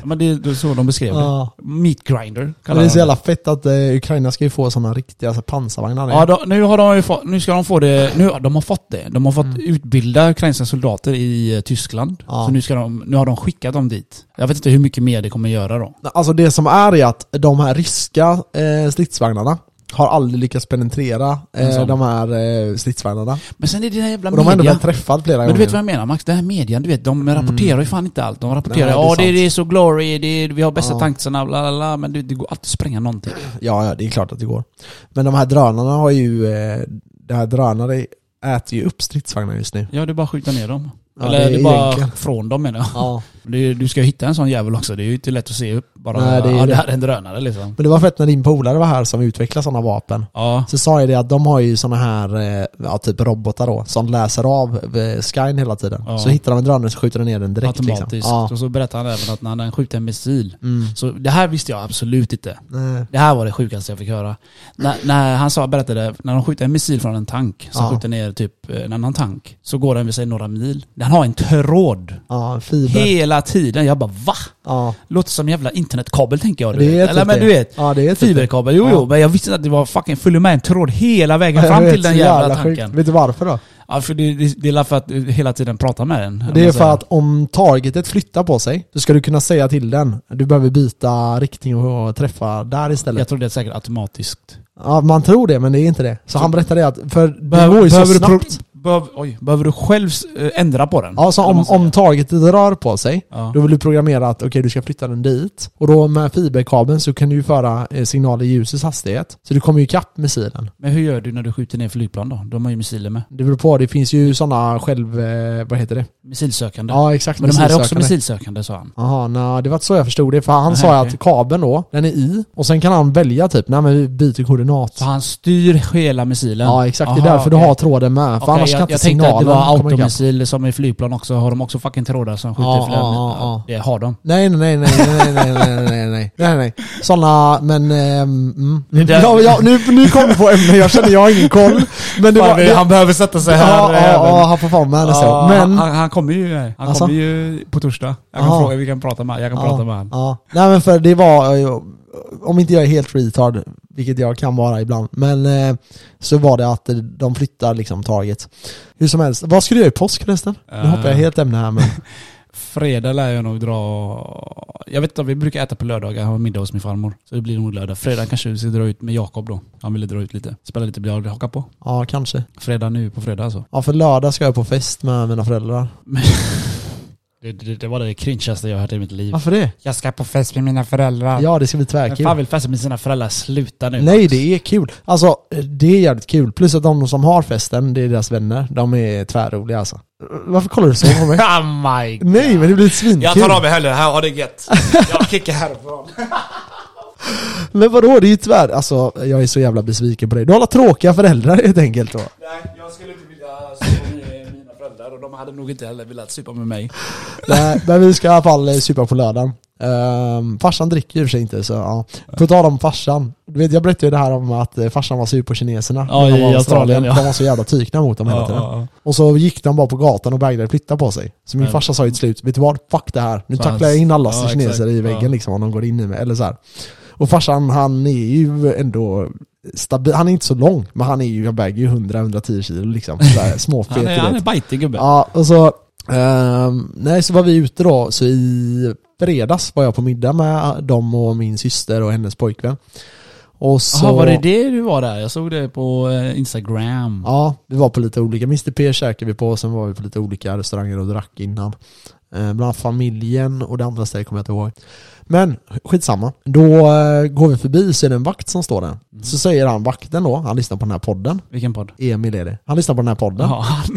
S4: Ja, Men det är det är så de beskrev det.
S3: Ja.
S4: Meat grinder
S3: Men
S4: kallar
S3: det är
S4: de
S3: så jävla fett att eh, Ukraina ska ju få sådana riktiga så pansarvagnar.
S4: Ja, då, nu, har de ju få, nu ska de få det. Nu, de har fått det. De har fått utbilda ukrainska soldater i eh, Tyskland.
S3: Mm. Ja.
S4: Så nu, ska de, nu har de skickat dem dit. Jag vet inte hur mycket mer det kommer göra då.
S3: Alltså det som är är att de här ryska eh, stridsvagnarna har aldrig lyckats penetrera
S4: En
S3: eh,
S4: sån.
S3: de här eh, stridsvagnarna.
S4: Men sen är det den här jävla
S3: Och de har ändå
S4: media.
S3: blivit träffade flera
S4: Men du
S3: gånger.
S4: vet vad jag menar Max? Den här median, du vet, de rapporterar ju fan inte allt. De rapporterar
S3: Nej, det
S4: ja
S3: är
S4: det,
S3: sant.
S4: det är så glory, det är, vi har bästa
S3: Ja.
S4: tankarna, bla bla bla. Men det, det går alltid att spränga någonting.
S3: Ja, ja, det är klart att det går. Men de här drönarna har ju, eh, det här drönare äter ju upp stridsvagnar just nu.
S4: Ja, det är bara att skjuta ner dem.
S3: Ja,
S4: Eller
S3: det
S4: det
S3: är
S4: är, bara
S3: egentligen.
S4: från dem menar jag.
S3: Ja.
S4: Du, du ska ju hitta en sån jävel också. Det är ju inte lätt att se upp bara.
S3: Nej, det är
S4: ja,
S3: det.
S4: det här är en drönare liksom.
S3: Men det var fett när din polare var här som utvecklade sådana vapen.
S4: Ja.
S3: Så sa jag det att de har ju sådana här, eh, ja, typ robotar då, som läser av eh, skyn hela tiden.
S4: Ja.
S3: Så hittar de en drönare så skjuter de ner den direkt
S4: automatiskt.
S3: liksom. Ja. Mm.
S4: Och så berättade han även att när han skjuter en missil, så det här visste jag absolut inte.
S3: Nej.
S4: Det här var det sjukaste jag fick höra. När, när han sa, berättade, när de skjuter en missil från en tank, som
S3: Ja.
S4: skjuter ner typ eh, en annan tank, så går den vid sig några mil. Den har en tråd.
S3: Ja, fiber.
S4: Hela tiden. Jag bara va?
S3: ja.
S4: Låter som en jävla internetkabel tänker jag. Du
S3: Det är
S4: vet.
S3: typ
S4: Eller men
S3: det.
S4: du vet.
S3: Ja, det är typ
S4: Fiberkabel, jo
S3: Ja.
S4: jo. Men jag visste inte att det var fucking, följer med en tråd hela vägen
S3: Jag
S4: fram
S3: vet,
S4: till den
S3: så
S4: jävla,
S3: sjukt.
S4: tanken.
S3: Vet du varför då?
S4: Ja, för det, det, det är väl för att du hela tiden pratar med den. om
S3: Det är
S4: man
S3: för
S4: säger.
S3: att om targetet flyttar på sig, då ska du kunna säga till den, du behöver byta riktning och träffa där istället.
S4: Jag tror det är säkert automatiskt.
S3: Ja, man tror det, men det är inte det. Så han berättade det att, för det
S4: Behöver,
S3: går ju så
S4: behöver, du,
S3: snabbt.
S4: pro- behöv, oj, behöver du själv eh, ändra på den?
S3: Ja, så
S4: Eller
S3: om,
S4: vad man
S3: om targetet rör på sig,
S4: Ja.
S3: då vill du programmera att okej, du ska flytta den dit. Och då med fiberkabeln så kan du ju föra eh, signal i ljusets hastighet. Så du kommer ju ikapp missilen.
S4: säger. Men hur gör du när du skjuter ner flygplan då? De har ju missiler med.
S3: Det beror på, det finns ju sådana själv... Eh, vad heter det?
S4: Missilsökande.
S3: Ja, exakt.
S4: Men de här är också
S3: missilsökande.
S4: missilsökande sa han.
S3: Jaha, nej, det var inte så jag förstod det. För han
S4: Nej,
S3: sa ju
S4: okej.
S3: att kabeln då, den är i. Och sen kan han välja typ, nej men vi byter koordinat.
S4: Så han styr hela missilen?
S3: Ja, exakt. det är
S4: Aha,
S3: därför du
S4: okej.
S3: har tråden med. För
S4: Okej,
S3: annars kan
S4: jag,
S3: inte
S4: jag tänkte att det
S3: signalen
S4: var
S3: komma ikapp.
S4: automissiler som i flygplan också. Har de också fucking trådar som skjuter
S3: Ja,
S4: flera?
S3: ja, ja, ja.
S4: Det har de.
S3: Nej, nej, nej, nej, nej, nej, nej, nej, nej, nej, nej. Sådana, men... ehm, mm.
S4: Det där-
S3: ja, ja, nu, nu kom vi på ämne, jag känner jag har ingen koll. Men det var... Det,
S4: behöver sätta sig
S3: ja, ja, ja, han får fan med henne så. Men...
S4: han, han kommer ju, han
S3: Alltså?
S4: kommer ju på torsdag. Jag kan
S3: Aha.
S4: fråga, vi kan prata med, jag kan prata med
S3: Ja,
S4: han.
S3: ja. Nej men för det var, eh, om inte jag är helt retard, vilket jag kan vara ibland, men eh, så var det att eh, de flyttar liksom taget. Hur som helst, vad ska du göra i påsk förresten? Nu hoppar jag
S4: Eh.
S3: helt ämne här men...
S4: Fredag lär jag nog dra... Jag vet inte, vi brukar äta på lördagar, ha middag hos min farmor. Så det blir nog lördag. Fredag kanske vi ska dra ut med Jakob då. Han ville dra ut lite. Spela lite biljard, haka på.
S3: Ja, kanske.
S4: Fredag nu på fredag alltså.
S3: Ja, för lördag ska jag på fest med mina föräldrar.
S4: Det, det, det var det cringeaste jag har hört i mitt liv.
S3: Varför det?
S4: Jag ska på fest med mina föräldrar.
S3: Ja, det ska bli
S4: Men
S3: tvärkul.
S4: fan vill festa med sina föräldrar? Sluta nu.
S3: Nej, det är kul. Alltså, det är jävligt kul. Plus att de som har festen, det är deras vänner. De är tvärroliga alltså. Varför kollar du så på mig?
S4: Oh my God.
S3: Nej, men det blir svinkul.
S4: Jag tar av mig heller, här har det gött. Jag kickar härifrån.
S3: Men vadå, det är ju tvär... Alltså, jag är så jävla besviken på dig. Du har alla tråkiga föräldrar helt enkelt då.
S4: Nej, jag skulle inte vilja supa med mina föräldrar och de hade nog inte heller velat supa med mig.
S3: Nej, men vi ska i alla fall eh, supa på lördagen. Um, farsan dricker ju i och för sig inte så ja. På tal om farsan. Du vet, jag berättade ju det här om att eh, farsan var sur på kineserna.
S4: Ja,
S3: när de
S4: i
S3: var
S4: Australien, ja.
S3: De var så jävla tykna mot dem hela
S4: Ja,
S3: tiden.
S4: ja, ja.
S3: Och så gick de bara på gatan och vägrade flytta på sig. Så min
S4: Ja.
S3: farsa sa ju till slut, vet du vad? Fuck det här. Nu
S4: Fan.
S3: tacklar jag in alla
S4: Ja,
S3: kineser
S4: exakt.
S3: i väggen
S4: Ja.
S3: liksom om de går in i mig. Eller så här. Och farsan han är ju ändå stabil. Han är inte så lång, men han är ju, jag väger ju 100-110 kilo liksom. Så här, Småfet
S4: Han är,
S3: du
S4: han
S3: vet.
S4: är bajtig gubbe.
S3: Ja, och så Ehm, nej, så var vi ute då, så i fredags var jag på middag med dem och min syster och hennes pojkvän. Och så...
S4: Jaha, var det det du var där? Jag såg det på eh, Instagram.
S3: Ja, vi var på lite olika. Mr P käkade vi på och sen var vi på lite olika restauranger och drack innan. Eh, Bland annat familjen och det andra stället kommer jag inte ihåg. Men skitsamma. Då eh, går vi förbi så är det en vakt som står där. Så säger han, vakten då, han lyssnar på den här podden.
S4: Vilken podd?
S3: Emil är det. Han lyssnar på den här podden.
S4: Ja, han.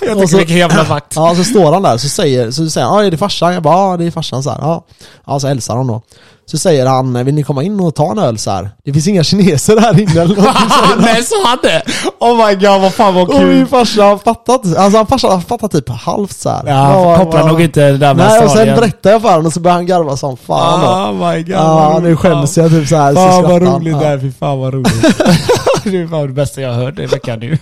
S4: jag tycker
S3: så-
S4: vilken jävla vakt.
S3: Ja, så står han där så säger, så säger han, ja är det farsan? Jag bara, ja det är farsan så här. Ja. ja, så hälsar han då. Så säger han, vill ni komma in och ta en öl så här? Det finns inga kineser här inne eller någonting, säger han.
S4: Nej, så han det! Oh my god, vad fan vad
S3: Och min
S4: kul!
S3: farsa har fattat, alltså han farsa har fattat typ halvt så här.
S4: Ja, han kopplar nog inte det där med
S3: Nej, och sen
S4: Australien.
S3: berättar jag för honom och så börjar han garva som fan då.
S4: oh my god.
S3: Ja, nu skäms jag typ så här.
S4: Fan
S3: så
S4: vad
S3: skrattar han.
S4: roligt det här, fy fan vad roligt. det är fan det bästa jag har hört i veckan nu.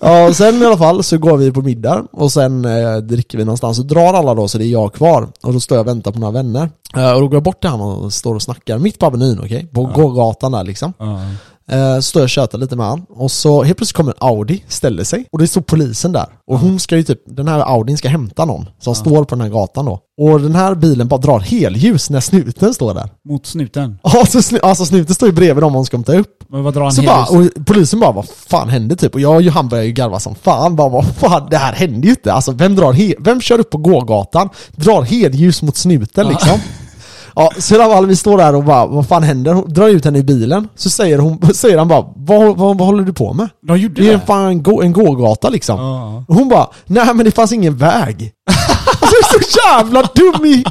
S3: Ja, och sen i alla fall så går vi på middag och sen eh, dricker vi någonstans och drar alla då så det är jag kvar. Och då står jag och väntar på några vänner. Eh, och då går jag bort till han och står och snackar mitt på Avenyn, okej? På gågatan där liksom. Eh, så står jag och tjötar lite med han. Och så helt plötsligt kommer en Audi, ställer sig. Och det står polisen där. Och hon ska ju typ, den här Audin ska hämta någon som står på den här gatan då. Och den här bilen bara drar helljus när snuten står där.
S4: Mot snuten.
S3: Ja, så snu- Alltså snuten står ju bredvid dem hon ska hämta upp.
S4: Men vad drar han
S3: Så
S4: hela
S3: bara,
S4: huset?
S3: och polisen bara, vad fan hände typ? Och jag och Johan började ju garva som fan. Bara, vad fan, det här hände ju inte. Alltså vem, drar he- vem kör upp på gågatan, drar helljus mot snuten liksom? Ja, så i alla fall vi står där och bara, vad fan händer? Hon drar ut henne i bilen. Så säger, hon, säger han bara, vad, vad, vad håller du på med?
S4: De gjorde
S3: Det är ju
S4: det?
S3: fan en, gå- en gågata liksom.
S4: Ja.
S3: Och hon bara, nej men det fanns ingen väg. alltså jag är så jävla dum i...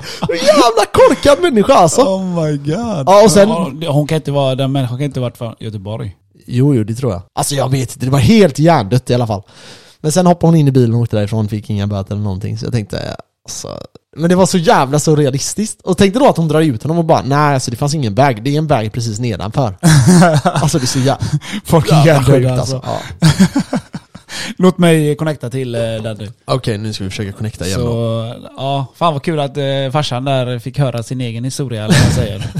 S3: Jävla korkad människa alltså.
S4: Oh my god.
S3: Ja, och sen-
S4: Hon kan inte vara, den människan kan inte varit från Göteborg.
S3: Jo, jo, det tror jag. Alltså jag vet inte, det var helt hjärndött i alla fall. Men sen hoppade hon in i bilen och åkte därifrån, fick inga böter eller någonting. Så jag tänkte, alltså... Men det var så jävla så realistiskt. Och tänkte då att hon drar ut honom och bara, nej alltså det fanns ingen väg, det är en väg precis nedanför. alltså det är så jävla,
S4: Folk
S3: jävla sjukt alltså. Ja.
S4: Låt mig connecta till eh, den du.
S3: Okej, nu ska vi försöka connecta igen då.
S4: Så, ja, fan vad kul att eh, farsan där fick höra sin egen historia, eller vad man säger.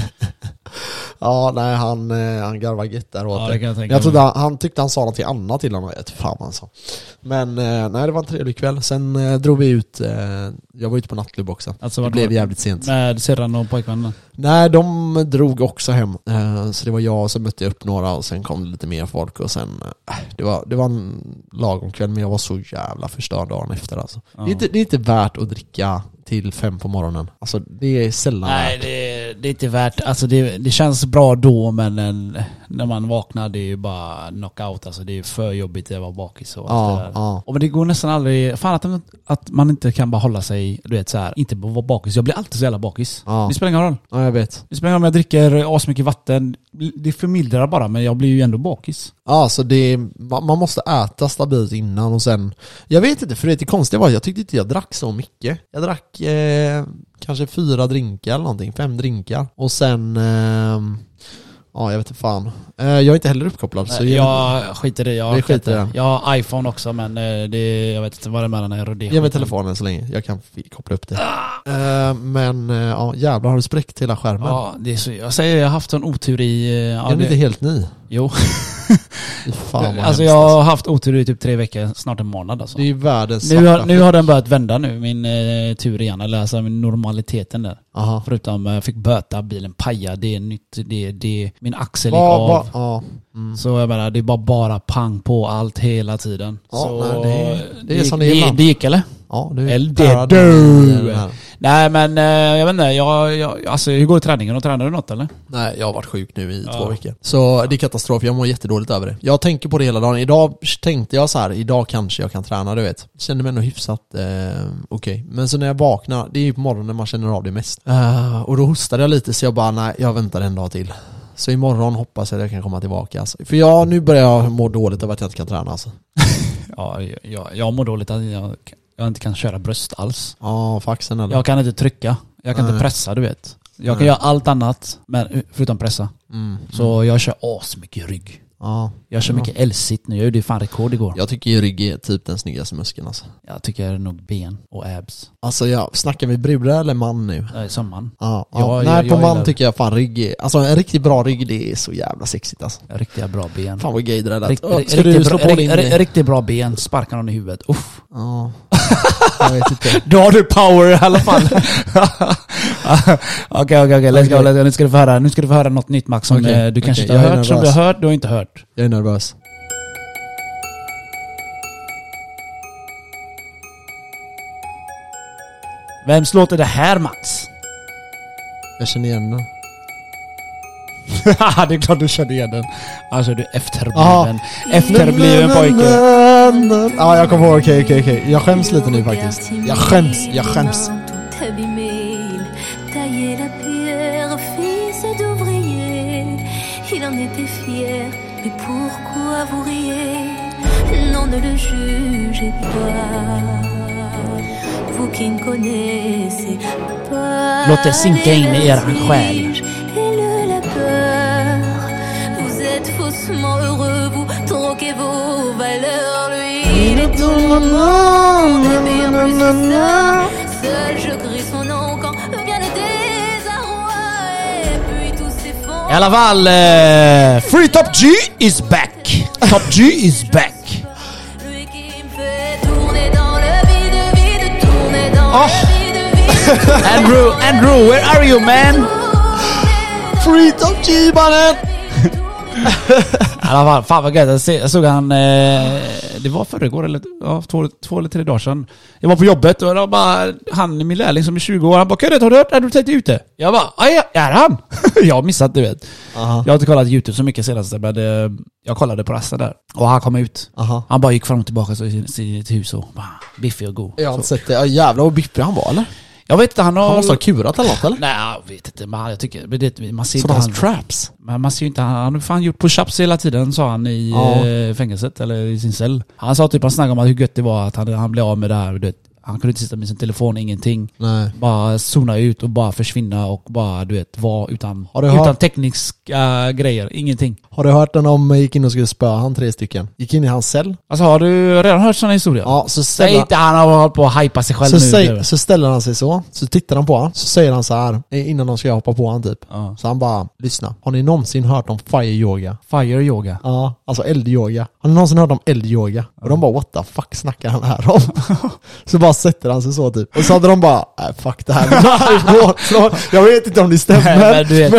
S3: Ja, nej han, eh, han garvade gött där åt
S4: Ja,
S3: det.
S4: det kan jag
S3: Men
S4: tänka
S3: jag
S4: mig.
S3: trodde han, han tyckte han sa någonting annat till honom, jag vet fan vad han sa. Men eh, nej, det var en trevlig kväll. Sen eh, drog vi ut, eh, jag var ute på nattklubb också.
S4: Alltså,
S3: det
S4: vart
S3: blev
S4: var-
S3: jävligt sent.
S4: Med syrran och pojkvännen.
S3: Nej, de drog också hem. Eh, Så det var jag och så mötte jag upp några och sen kom det lite mer folk och sen... eh, Det var, det var en lagom kväll men jag var så jävla förstörd dagen efter alltså. Det, är inte, det är inte värt att dricka till fem på morgonen. Alltså det är sällan
S4: Nej,
S3: värt.
S4: det, det är inte värt. Alltså det, det känns bra då, men en, när man vaknar det är ju bara knockout. Alltså det är för jobbigt att vara bakis och
S3: Ja,
S4: allt det där.
S3: ja.
S4: Och men det går nästan aldrig... Fan att, att man inte kan bara hålla sig, du vet så här, inte vara bakis. Jag blir alltid så jävla bakis.
S3: Ja.
S4: Det spelar ingen roll.
S3: Ja, jag vet.
S4: Det spelar ingen roll om jag dricker eh, asmycket vatten. Det förmildrar bara, men jag blir ju ändå bakis.
S3: Ja, så det är, man man måste äta stabilt innan och sen... Jag vet inte, för det konstiga var att jag tyckte inte jag drack så mycket. Jag drack eh, kanske fyra drinkar eller någonting, fem drinkar. Och sen... ehm, ja, jag vet inte fan. Eh, jag är inte heller uppkopplad så...
S4: Nej, jag skiter i det. Jag,
S3: Vi skiter i
S4: orkar inte.
S3: den.
S4: jag har iPhone också, men eh, det, jag vet inte vad det är med den här rodeon.
S3: Ge mig telefonen så länge, jag kan f- koppla upp det. Eh, men eh, ja, jävlar har du spräckt hela skärmen?
S4: Ja, det är så, jag säger jag har haft en otur i... eh, Ja,
S3: är den
S4: det-
S3: inte helt ny?
S4: Jo.
S3: Fy Fan
S4: alltså
S3: vad hemskt,
S4: jag har haft otur i typ tre veckor, snart en månad alltså.
S3: Det är ju världens
S4: Nu har,
S3: svarta
S4: nu
S3: skit.
S4: har den börjat vända nu, min eh, tur igen. Eller alltså min normaliteten där.
S3: Aha.
S4: Förutom eh, jag fick böta, bilen pajade, det är nytt, det, det, min axel gick
S3: Va,
S4: av.
S3: va, ja. Mm.
S4: Så jag menar, det var bara pang på allt hela tiden.
S3: Ja,
S4: så
S3: nej, det- det är som det är
S4: det,
S3: ibland.
S4: det gick eller?
S3: ja, du
S4: Eller det
S3: bärad
S4: du.
S3: i den här.
S4: Nej men eh, jag vet inte, jag, jag, alltså, hur går träningen? Och Tränar du något eller?
S3: Nej, jag har varit sjuk nu i två veckor. Så det är katastrof, jag mår jättedåligt över det. Jag tänker på det hela dagen. Idag tänkte jag så här, idag kanske jag kan träna, du vet. Kände mig ändå hyfsat eh, okej. Men så när jag vaknar, det är ju på morgonen man känner av det mest. Eh, och då hostade jag lite så jag bara, nej, jag väntar en dag till. Så imorgon hoppas jag att jag kan komma tillbaka. Alltså. För jag, nu börjar jag må dåligt över att jag inte kan träna alltså.
S4: Ja, jag- jag, jag mår dåligt att jag, jag inte kan köra bröst alls.
S3: Ja, faxen eller?
S4: Jag kan inte trycka. Jag kan
S3: Nej.
S4: inte pressa, du vet. Jag kan
S3: Nej.
S4: göra allt annat, men, eh, förutom pressa.
S3: Mm.
S4: Så jag kör asmycket rygg.
S3: Ja.
S4: Jag kör mycket L-sit nu. Jag gjorde ju fan rekord igår.
S3: Jag tycker ju rygg är typ den snyggaste muskeln alltså.
S4: Jag tycker nog ben och abs.
S3: Alltså jag, snackar vi brudar eller man nu?
S4: Det är som man.
S3: Ja, ja.
S4: Ja,
S3: Nej,
S4: jag-
S3: på
S4: jag
S3: man
S4: gillar det.
S3: tycker jag fan rygg är, Alltså en riktigt bra rygg, det är så jävla sexigt alltså.
S4: Riktiga bra ben.
S3: Fan vad gay det där lät.
S4: Rikt,
S3: Åh, Ska
S4: riktigt
S3: du slå
S4: bra,
S3: på
S4: ri-
S3: din...
S4: ri- riktigt bra ben. Sparkar någon i huvudet. Uff.
S3: Ja. Jag vet inte.
S4: Då har du power i alla fall. Okej, okej, okej. Let's go.
S3: Okej.
S4: let's go. Nu ska du få höra, nu ska du få höra något nytt Max som
S3: Okej,
S4: eh, du kanske
S3: okej,
S4: inte
S3: jag
S4: har
S3: är
S4: hört, som du
S3: nervös.
S4: har hört, du har inte hört.
S3: Jag är nervös.
S4: Vems låt är det här Max?
S3: Jag känner igen den.
S4: det är klart du kände igen den. Alltså du är efterbliven.
S3: Ja.
S4: Efterbliven pojke.
S3: Ja, jag kommer ihåg. Okej, okej, okej. Jag skäms lite nu faktiskt. Jag skäms, jag skäms.
S7: Ton abîmé, il taillait la pierre, fils d'ouvrier. Il en était fier, mais pourquoi vous riez Non, ne le jugez pas. Vous qui ne connaissez pas.
S4: Låter sinka in i eran
S7: les
S4: själ.
S7: vertiges Et le la peur. Vous êtes faussement heureux, vous troquez vos valeurs. Lui, il est tout le monde, bien plus que ça. Seul je crie son nom quand vient le désarroi. Et puis tout
S4: I
S7: s'effondre.
S4: alla fall, eh, Free Top G is back. Top G is back.
S7: Lui qui me fait tourner dans le vide, vide, tourner dans
S4: Oh.
S7: le vide, vide.
S4: Andrew, Andrew, where are you man?
S3: Free Top G mannen!
S4: I alla fall, fan vad gött. Jag se- Jag såg han, eh, det var förrgår eller ja, två, två eller tre dagar sedan. Jag var på jobbet och det var bara han, min lärling som är 20 år, han bara 'Kurre, har du hört Andrew Tate är ute?' Jag bara 'Ja, ja, är han?' jag har missat du vet.
S3: Aha.
S4: Jag har inte kollat YouTube så mycket senast men eh, jag kollade på rasten där. Och han kom ut.
S3: Aha.
S4: Han bara gick fram och tillbaka så i sitt hus och bara biffig och god.
S3: Jag har inte
S4: så.
S3: sett det. Ja, jävlar vad bippig han var eller?
S4: Jag vet inte, han har...
S3: Han måste ha kurat eller något eller?
S4: Nej, jag vet inte. Men han- jag tycker... men Det, man ser
S3: Sådana
S4: inte han...
S3: hans traps.
S4: Men man ser ju inte, han han har fan gjort push-ups hela tiden sa han i
S3: Ja.
S4: eh, fängelset, eller i sin cell. Han sa typ, han snackade om att hur gött det var att han, han blev av med det här. Du vet, han kunde inte sitta med sin telefon, ingenting.
S3: Nej.
S4: Bara zona ut och bara försvinna och bara du vet, vara utan,
S3: Har du
S4: utan
S3: hört-
S4: tekniska eh, grejer, ingenting.
S3: Har du hört den om gick in och skulle spöa han tre stycken? Gick in i hans cell?
S4: Alltså har du redan hört sådana historier?
S3: Ja, så
S4: Säg
S3: ställer,
S4: inte han har hållit på att hypa sig själv
S3: så,
S4: nu.
S3: säg,
S4: du.
S3: så ställer han sig så, så tittar han på honom, så säger han så här eh, innan de ska hoppa på honom typ.
S4: Ja.
S3: Så han bara, lyssna, har ni någonsin hört om fire yoga?
S4: Fire yoga.
S3: Ja, alltså eldyoga. Har ni någonsin hört om eldyoga? Och de bara what the fuck snackar han här om? så bara sätter han sig så typ. Och så hade de bara, nej fuck det här vill jag härifrån. Så de- Jag vet inte om det stämmer,
S4: Nej, men
S3: men,
S4: du vet,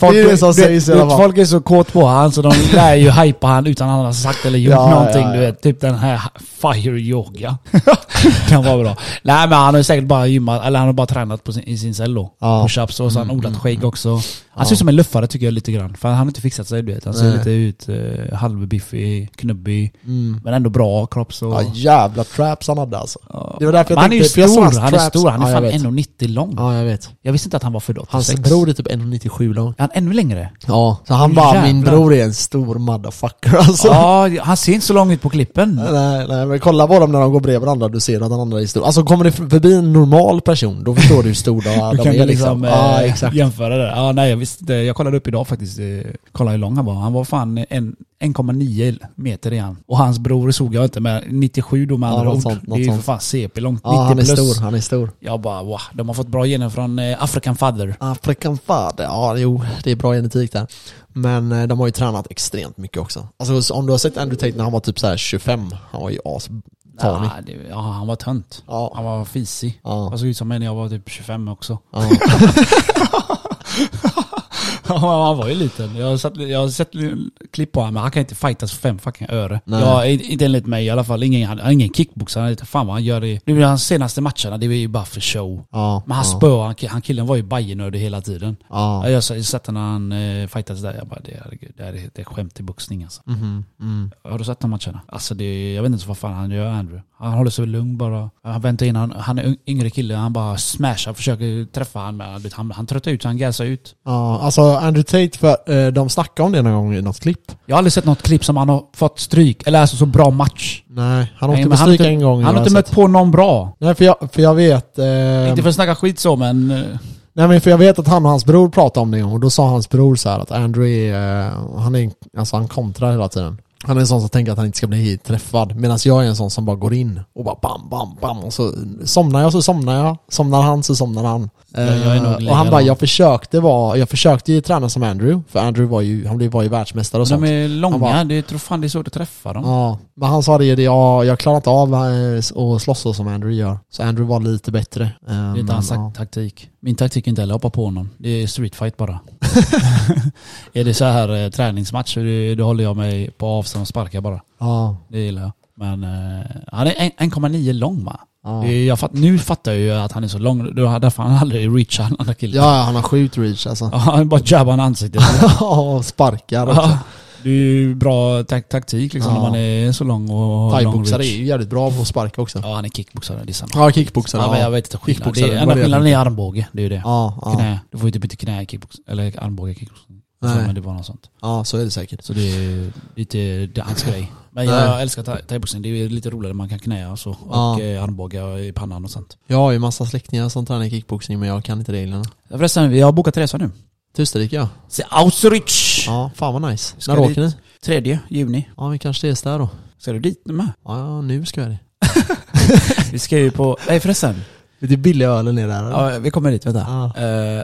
S3: det är det som
S4: du vet,
S3: sägs
S4: du
S3: i alla
S4: vet,
S3: fall.
S4: Folk är så kåt på han så de lär ju hypa han utan att han har sagt eller gjort
S3: Ja,
S4: någonting.
S3: ja, ja.
S4: Du vet, typ den här fire yoga. den var bra. Nej men han har ju säkert bara gymmat, eller han har bara tränat på sin, i sin cell då.
S3: Ja. Mm,
S4: Push-ups och så har han odlat skägg också. Han ser ut som en luffare tycker jag lite grann. För han har inte fixat sig du vet. Han ser
S3: Nej.
S4: lite ut eh, halvbiffig, knubbig. Men ändå bra kropp så.
S3: Mm. Ja jävla traps han hade alltså.
S4: Ja.
S3: Det var därför
S4: Men
S3: jag
S4: han är ju
S3: tänkte, för jag såg
S4: stor,
S3: hans
S4: han är
S3: traps.
S4: stor. Han är
S3: Ja, jag
S4: fan
S3: vet.
S4: 1,90 lång.
S3: Ja jag vet.
S4: Jag visste inte att han var född 86.
S3: Hans bror är typ 1,97 lång.
S4: Är han ännu längre?
S3: Ja, så han bara, min
S4: Jävlar.
S3: bror är en stor motherfucker alltså.
S4: Ja, han ser inte så lång ut på klippen.
S3: Nej, nej, men kolla på dem när de går bredvid varandra, du ser att den andra är stor. Alltså kommer det förbi en normal person, då förstår du hur stor de
S4: Du
S3: de
S4: kan
S3: är
S4: ju liksom
S3: liksom. Ja,
S4: eh,
S3: exakt.
S4: jämföra det. Ja, nej, jag, visste, inte. jag kollade upp idag faktiskt. eh, Kolla hur lång han var. Han var fan en- 1,9 meter är han. Och hans bror såg jag inte, men 97 då med
S3: Ja,
S4: andra
S3: något
S4: ord.
S3: sånt,
S4: det
S3: något
S4: är ju för
S3: sånt.
S4: fan CP långt.
S3: Ja,
S4: 90
S3: han är
S4: plus.
S3: stor, han är stor.
S4: Jag bara wow, de har fått bra gener från eh, African father.
S3: African fader, ja jo, det är bra genetik där. Men eh, de har ju tränat extremt mycket också. Alltså så om du har sett Andrew Tate när han var typ så här 25, han var ju astanig.
S4: Ja, det, ja, han var tönt.
S3: Ja.
S4: Han var fisig.
S3: Ja.
S4: Han såg ut som en när jag var typ 25 också.
S3: Ja.
S4: Ja, han var ju liten. Jag har sett, jag har sett klipp på honom, men han kan inte fightas för fem fucking öre.
S3: Nej.
S4: Ja, in- inte enligt mig i alla fall. Ingen, han han är ingen kickboxare, han vet inte fan vad han gör. Det. Nu är hans senaste matcherna, det är ju bara för show.
S3: Ja,
S4: Men han
S3: ja.
S4: spöade, han, ki- han killen var ju bajenördig hela tiden.
S3: Ja.
S4: Ja, Jag har sett när han eh, fightades där, jag bara det, herregud, det här är det är skämt i boxning alltså.
S3: Mhm, mm.
S4: Har du sett de matcherna? Alltså det, jag vet inte vad fan han gör Andrew. Han håller sig lugn bara. Han väntar in, han, han är un- yngre kille, han bara smashar, försöker träffa han men du vet, han, han tröttar ut, han gasar ut.
S3: Ja, alltså Andrew Tate, för, eh, de snackade om det någon gång i något klipp.
S4: Jag har aldrig sett något klipp som han har fått stryk, eller alltså så bra match.
S3: Nej, han
S4: Nej,
S3: åkte
S4: men
S3: på
S4: han har
S3: stryk en gång.
S4: Han har
S3: har jag
S4: inte mött
S3: sett.
S4: på någon bra.
S3: Nej, för jag, för jag vet... eh,
S4: Inte för att snacka skit så men... eh,
S3: Nej men för jag vet att han och hans bror pratade om det en gång och då sa hans bror så här att Andrew är, eh, han är, alltså han kontrar hela tiden. Han är en sån som tänker att han inte ska bli träffad. Medan jag är en sån som bara går in och bara bam, bam, bam. Och så somnar jag så somnar jag. Somnar han så somnar han. Eh,
S4: jag är nog
S3: och han
S4: likadan.
S3: bara, jag försökte vara, jag försökte ju träna som Andrew. För Andrew var ju, han blev- var ju världsmästare och sånt.
S4: De är långa,
S3: Han bara-
S4: det är, tror fan det är svårt att träffa dem.
S3: Ja, men han sa det, det ja, jag klarar inte av eh, att slåss så som Andrew gör. Så Andrew var lite bättre. Eh,
S4: Det är
S3: men,
S4: inte hans
S3: ja.
S4: taktik. Min taktik är inte heller att hoppa på honom. Det är streetfight bara. är det så här eh, träningsmatch, då, då håller jag mig på avstånd och sparkar bara.
S3: Ja,
S4: Det gillar jag. Men eh, han är en- 1,9 lång va?
S3: ja.
S4: Det är- Jag fatt, nu fattar jag ju att han är så lång, då har- därför har han aldrig reachat den andra killen.
S3: ja, han har skjut reach alltså.
S4: Ja, Han bara jabbar han i ansiktet.
S3: Ja, och sparkar också.
S4: Ja. Det är ju bra tak taktik liksom
S3: Ja.
S4: när man är så lång och har lång
S3: Thaiboxare är
S4: reach.
S3: ju jävligt bra på att sparka också.
S4: Ja han är kickboxare, det är samma.
S3: Ja, kickboxare.
S4: Ja, men jag vet inte skillnaden. Det
S3: Kickboxare,
S4: är,
S3: det var
S4: enda
S3: det jag
S4: skillnaden är armbåge, det är ju det.
S3: Ja, ja,
S4: Knä. Du får ju typ inte knä i kickbox, eller armbåge i kickbox.
S3: Nej.
S4: Men det var något sånt.
S3: ja, så är det säkert.
S4: Så det är lite det är hans grej. Men
S3: Nej.
S4: jag, älskar thai- thaiboxning, det är ju lite roligare, man kan knä och så. Och
S3: Ja.
S4: eh, armbågar i pannan och sånt.
S3: Jag har ju massa släktingar som tränar kickboxning men jag kan inte reglerna.
S4: Ja, Förresten, vi har bokat resa nu.
S3: Till Österrike ja.
S4: Till Auschwitz!
S3: Ja, fan vad nice.
S4: Ska
S3: När
S4: dit.
S3: åker ni?
S4: 3 juni.
S3: Ja, vi kanske ses där då.
S4: Ska du dit nu med?
S3: Ja, ja, nu ska jag det.
S4: Vi ska ju på... Nej förresten. typ
S3: Lite billig ölen är där eller?
S4: Ja, vi kommer dit, vänta.
S3: Ja.
S4: Eh,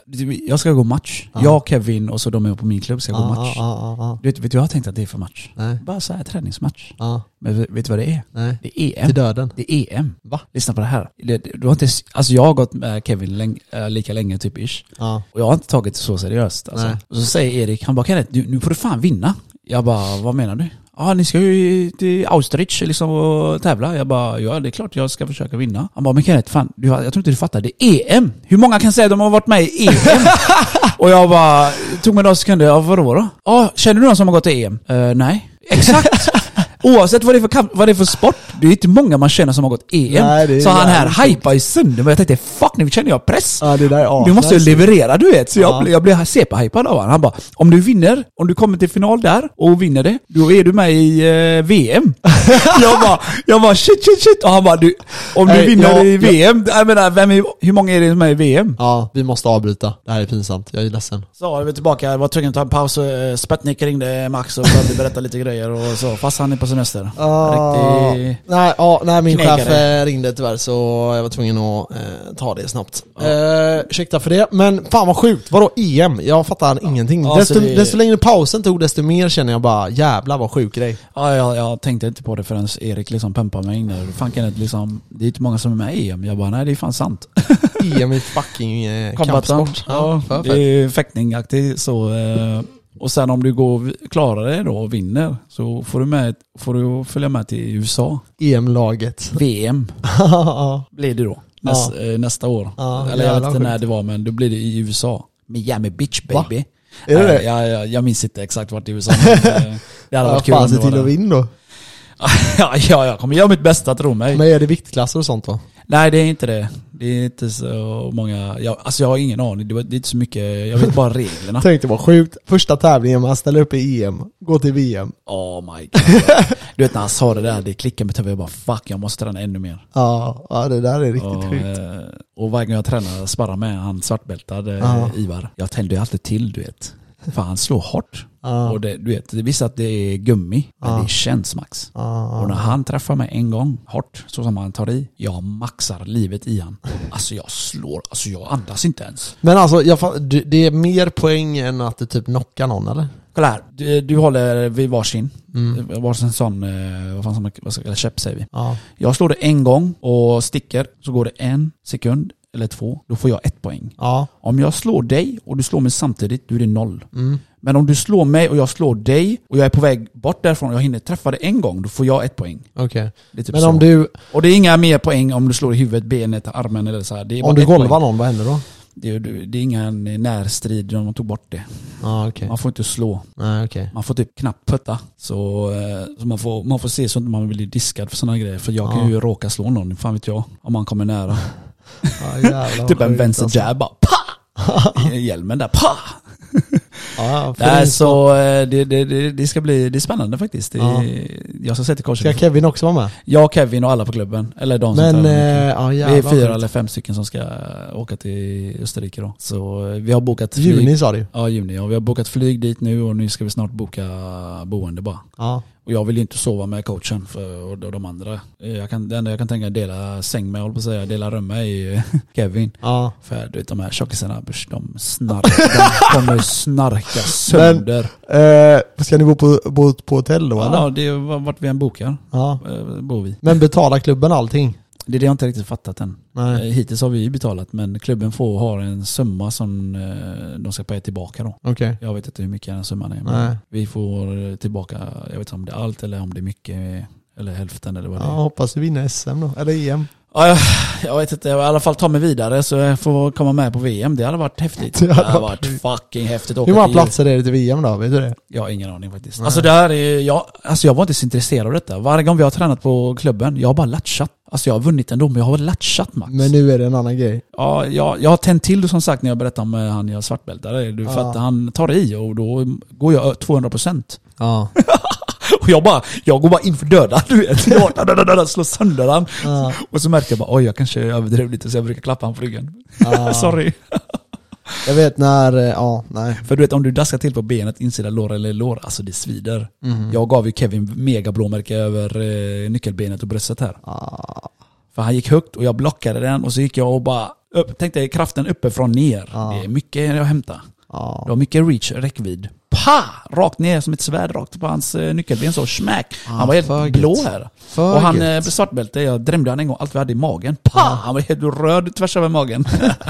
S4: jag ska gå match.
S3: Ja.
S4: Jag, Kevin och så de är på min klubb ska gå match.
S3: Ja, ja, ja,
S4: Du vet, vet du vad jag har tänkt att det är för match?
S3: ja. Nej.
S4: Bara så här träningsmatch.
S3: Ja,
S4: Men vet vet du vad det är?
S3: nej.
S4: Det är
S3: Till
S4: EM.
S3: döden.
S4: Det är EM.
S3: Va?
S4: Lyssna på det här. Det, det- du har inte, alltså jag har gått med Kevin läng, eh, lika länge typ ish.
S3: Ja.
S4: Och jag har inte tagit det så seriöst. Alltså.
S3: Nej.
S4: Och så säger Erik, han bara Kenneth, nu, nu får du fan vinna. Jag bara, vad menar du? Ja, ni ska ju till Austerich liksom och tävla. Jag bara, ja det är klart jag ska försöka vinna. Han bara, men Kenneth, fan, du, har- jag tror inte du fattar. Det är EM! Hur många kan säga att de har varit med i EM? och jag bara, tog mig några sekunder, ja vadå då? Ja, känner du någon som har gått till EM? "Eh, nej. Exakt! Oavsett vad det, är för kamp, vad det är för sport, det är inte många man känner som har gått EM.
S3: Nej, det är
S4: så han här
S3: jävligt
S4: hypar ju sönder mig. Jag tänkte, fuck nu känner jag press.
S3: Ja, det där är
S4: Du måste ju
S3: asnice.
S4: leverera du vet. Så
S3: Ja.
S4: jag, blev- jag blev CP-hypad av honom. Han bara, om du vinner, om du kommer till final där och vinner det, då är du med i eh, VM. jag bara, jag bara shit shit shit. Och han bara, du, om du
S3: Nej,
S4: vinner
S3: jag-
S4: i
S3: jag-
S4: VM, jag menar, vem är, hur många är det med i VM?
S3: Ja, vi måste avbryta. Det här är pinsamt. Jag är ledsen.
S4: Så är vi tillbaka, jag var tvungen att ta en paus. Eh, Sputnik ringde Max och började berätta lite grejer och så, fast han är på semester. Riktig...
S3: nej, ja, nej, min
S4: Knäckare.
S3: chef eh, ringde tyvärr så jag var tvungen att eh, ta det snabbt. Eh, ursäkta för det, men fan vad sjukt. Vadå EM? Jag fattar ingenting.
S4: Ja,
S3: desto,
S4: så det-
S3: desto längre pausen tog, desto mer känner jag bara jävlar vad sjuk grej.
S4: Ja, jag, jag tänkte inte på det förrän Erik liksom pumpade mig in där. Fan kan det liksom, det är inte många som är med i EM. Jag bara, nej det är fan sant.
S3: EM i fucking eh,
S4: Kombatan.
S3: kampsport.
S4: Ja,
S3: för
S4: det
S3: fett.
S4: är fäktningaktigt så. eh, Och sen om du går, klarar dig då och vinner så får du, med, får du följa med till USA.
S3: EM-laget.
S4: VM
S3: Ja,
S4: blir det då. Näs, eh, Nästa år.
S3: Ja,
S4: Eller jag
S3: jävla
S4: vet inte när
S3: sjukt.
S4: det var men då blir det i USA. Miami Beach
S3: Va?
S4: baby.
S3: Är det
S4: Eh,
S3: det?
S4: Jag, jag, jag minns inte exakt vart i USA. Men, eh, det hade varit kul
S3: fan,
S4: om det
S3: se
S4: var
S3: till
S4: där.
S3: att vinna då.
S4: ja, ja, jag kommer göra mitt bästa tro mig.
S3: Men är det viktklasser och sånt då?
S4: Nej det är inte det. Det är inte så många, jag, alltså jag har ingen aning. Det, var- det är inte så mycket, jag vet bara reglerna.
S3: Tänkte vad sjukt. Första tävlingen man ställer upp i EM, går till VM.
S4: Oh my god. du vet när han sa det där, det klickade med huvudet. Jag bara fuck, jag måste träna ännu mer.
S3: Ja, ja det där är riktigt
S4: Och,
S3: sjukt.
S4: eh, och varje gång jag tränar, sparrar med han svartbältad eh,
S3: Ja.
S4: Ivar. Jag tänder ju alltid till du vet. Fan han slår hårt.
S3: Ja.
S4: Och det, du vet, det visst att det är gummi, men
S3: Ja.
S4: det känns max.
S3: Ja,
S4: Och när han träffar mig en gång, hårt, så som han tar i, jag maxar livet i han. Alltså jag slår, alltså jag andas inte ens.
S3: Men alltså, jag, fa- du- det är mer poäng än att du typ knockar någon eller?
S4: Kolla här, du, du håller vid varsin, varsin sån, eh, vad fan som, vad ska, eller käpp säger vi.
S3: Mm. Ja.
S4: Jag slår det en gång och sticker, så går det en sekund eller två, då får jag ett poäng.
S3: Ja.
S4: Om jag slår dig och du slår mig samtidigt, då är det noll.
S3: Mm.
S4: Men om du slår mig och jag slår dig och jag är på väg bort därifrån och jag hinner träffa dig en gång, då får jag ett poäng.
S3: Okej.
S4: Det är typ
S3: Men
S4: så.
S3: om du,
S4: Och det är inga mer poäng om du slår i huvudet, benet, armen eller så här. Det är bara
S3: om du
S4: ett
S3: golvar
S4: poäng.
S3: någon, vad händer då?
S4: Det är, det är ingen närstrid, de tog bort det.
S3: Ja, okej.
S4: Man får inte slå.
S3: Nej, okej.
S4: Man får typ knappt putta. Så, eh, så man, får, man får se så att man blir diskad för sådana grejer. För jag
S3: Ja.
S4: kan ju råka slå någon, fan vet jag. Om man kommer nära.
S3: Ja, jävlar, vad
S4: Typ en
S3: sjukt,
S4: vänster
S3: alltså.
S4: jab bara, pa! I Hjälmen där, pa!
S3: Ja, ja, för
S4: Nej,
S3: det-
S4: så eh, det, det, det, det ska bli det är spännande faktiskt. Det,
S3: Ja.
S4: Jag ska sätta
S3: Ska
S4: korset.
S3: Kevin också vara med?
S4: Jag, Kevin och alla på klubben. Eller de som
S3: Men,
S4: tävlar.
S3: eh, ja
S4: Vi är
S3: jävlar.
S4: fyra
S3: sjukt.
S4: eller fem stycken som ska åka till Österrike då. Så eh, vi har bokat flyg.
S3: Juni sa du ju.
S4: Ja, juni. Ja, vi har bokat flyg dit nu och nu ska vi snart boka boende bara.
S3: Ja.
S4: Och Och jag vill ju inte sova med coachen för, och de andra. Eh, Jag kan, det enda jag kan tänka är dela säng med, jag håller på att säga, dela rum med är ju Kevin.
S3: Ja.
S4: För du vet de här tjockisarna, börs, de snarkar, de kommer snarka sönder.
S3: Eh, ska ni bo på, bo på hotell då eller?
S4: ja, det är v- vart vi än bokar,
S3: Ja.
S4: eh, bor vi.
S3: Men betalar klubben allting?
S4: Det är det jag inte riktigt fattat än.
S3: Nej.
S4: Eh, Hittills har vi ju betalat men klubben får ha en summa som eh, de ska paya tillbaka då.
S3: Okej.
S4: Jag vet inte hur mycket den summan är. Men
S3: Nej.
S4: Vi får tillbaka, jag vet inte om det är allt eller om det är mycket eller hälften eller vad det
S3: Ja,
S4: är.
S3: hoppas vi vinner SM då. Eller E EM.
S4: Ja, jag, jag vet inte, jag vill i alla fall ta mig vidare så jag får komma med på VM. Det hade varit häftigt.
S3: Det
S4: Det
S3: hade
S4: hade varit fucking häftigt. att
S3: Hur
S4: åka
S3: många
S4: till-
S3: platser är det till VM då? Vet du det?
S4: Jag har ingen aning faktiskt. Alltså, det här är, jag, alltså jag var inte så intresserad av detta. Varje gång vi har tränat på klubben, jag har bara latchat. Alltså jag har vunnit ändå, men jag har latchat Max.
S3: Men nu är det en annan grej.
S4: Ja, jag, jag har tänt till som sagt när jag berättade om eh, han jag svartbältade. Du, För att han tar i och då går jag ö- 200%.
S3: Ja.
S4: Och jag bara, jag går bara in för döda, du vet. Jag bara, döda, döda, slår sönder han. Och så märker jag bara, oj jag kanske överdrev lite så jag brukar klappa han på ryggen. Sorry.
S3: Jag vet när, eh, ja, nej.
S4: För du vet om du daskar till på benet, insida lår eller lår, alltså det svider. Jag gav ju Kevin mega blåmärke över eh, nyckelbenet och bröstet här. För han gick högt och jag blockade den och så gick jag och bara, upp, tänkte kraften uppifrån ner. Det är mycket jag hämtar.
S3: Ja.
S4: Det var mycket reach, räckvidd. Pa! Rakt ner som ett svärd rakt på hans eh, nyckelben så, smack! Han var helt
S3: för gött.
S4: blå här.
S3: För
S4: och han
S3: gött.
S4: eh, blev svartbälte, jag drämde han en gång, allt vi hade i magen. Pa! Han var helt röd tvärs över magen.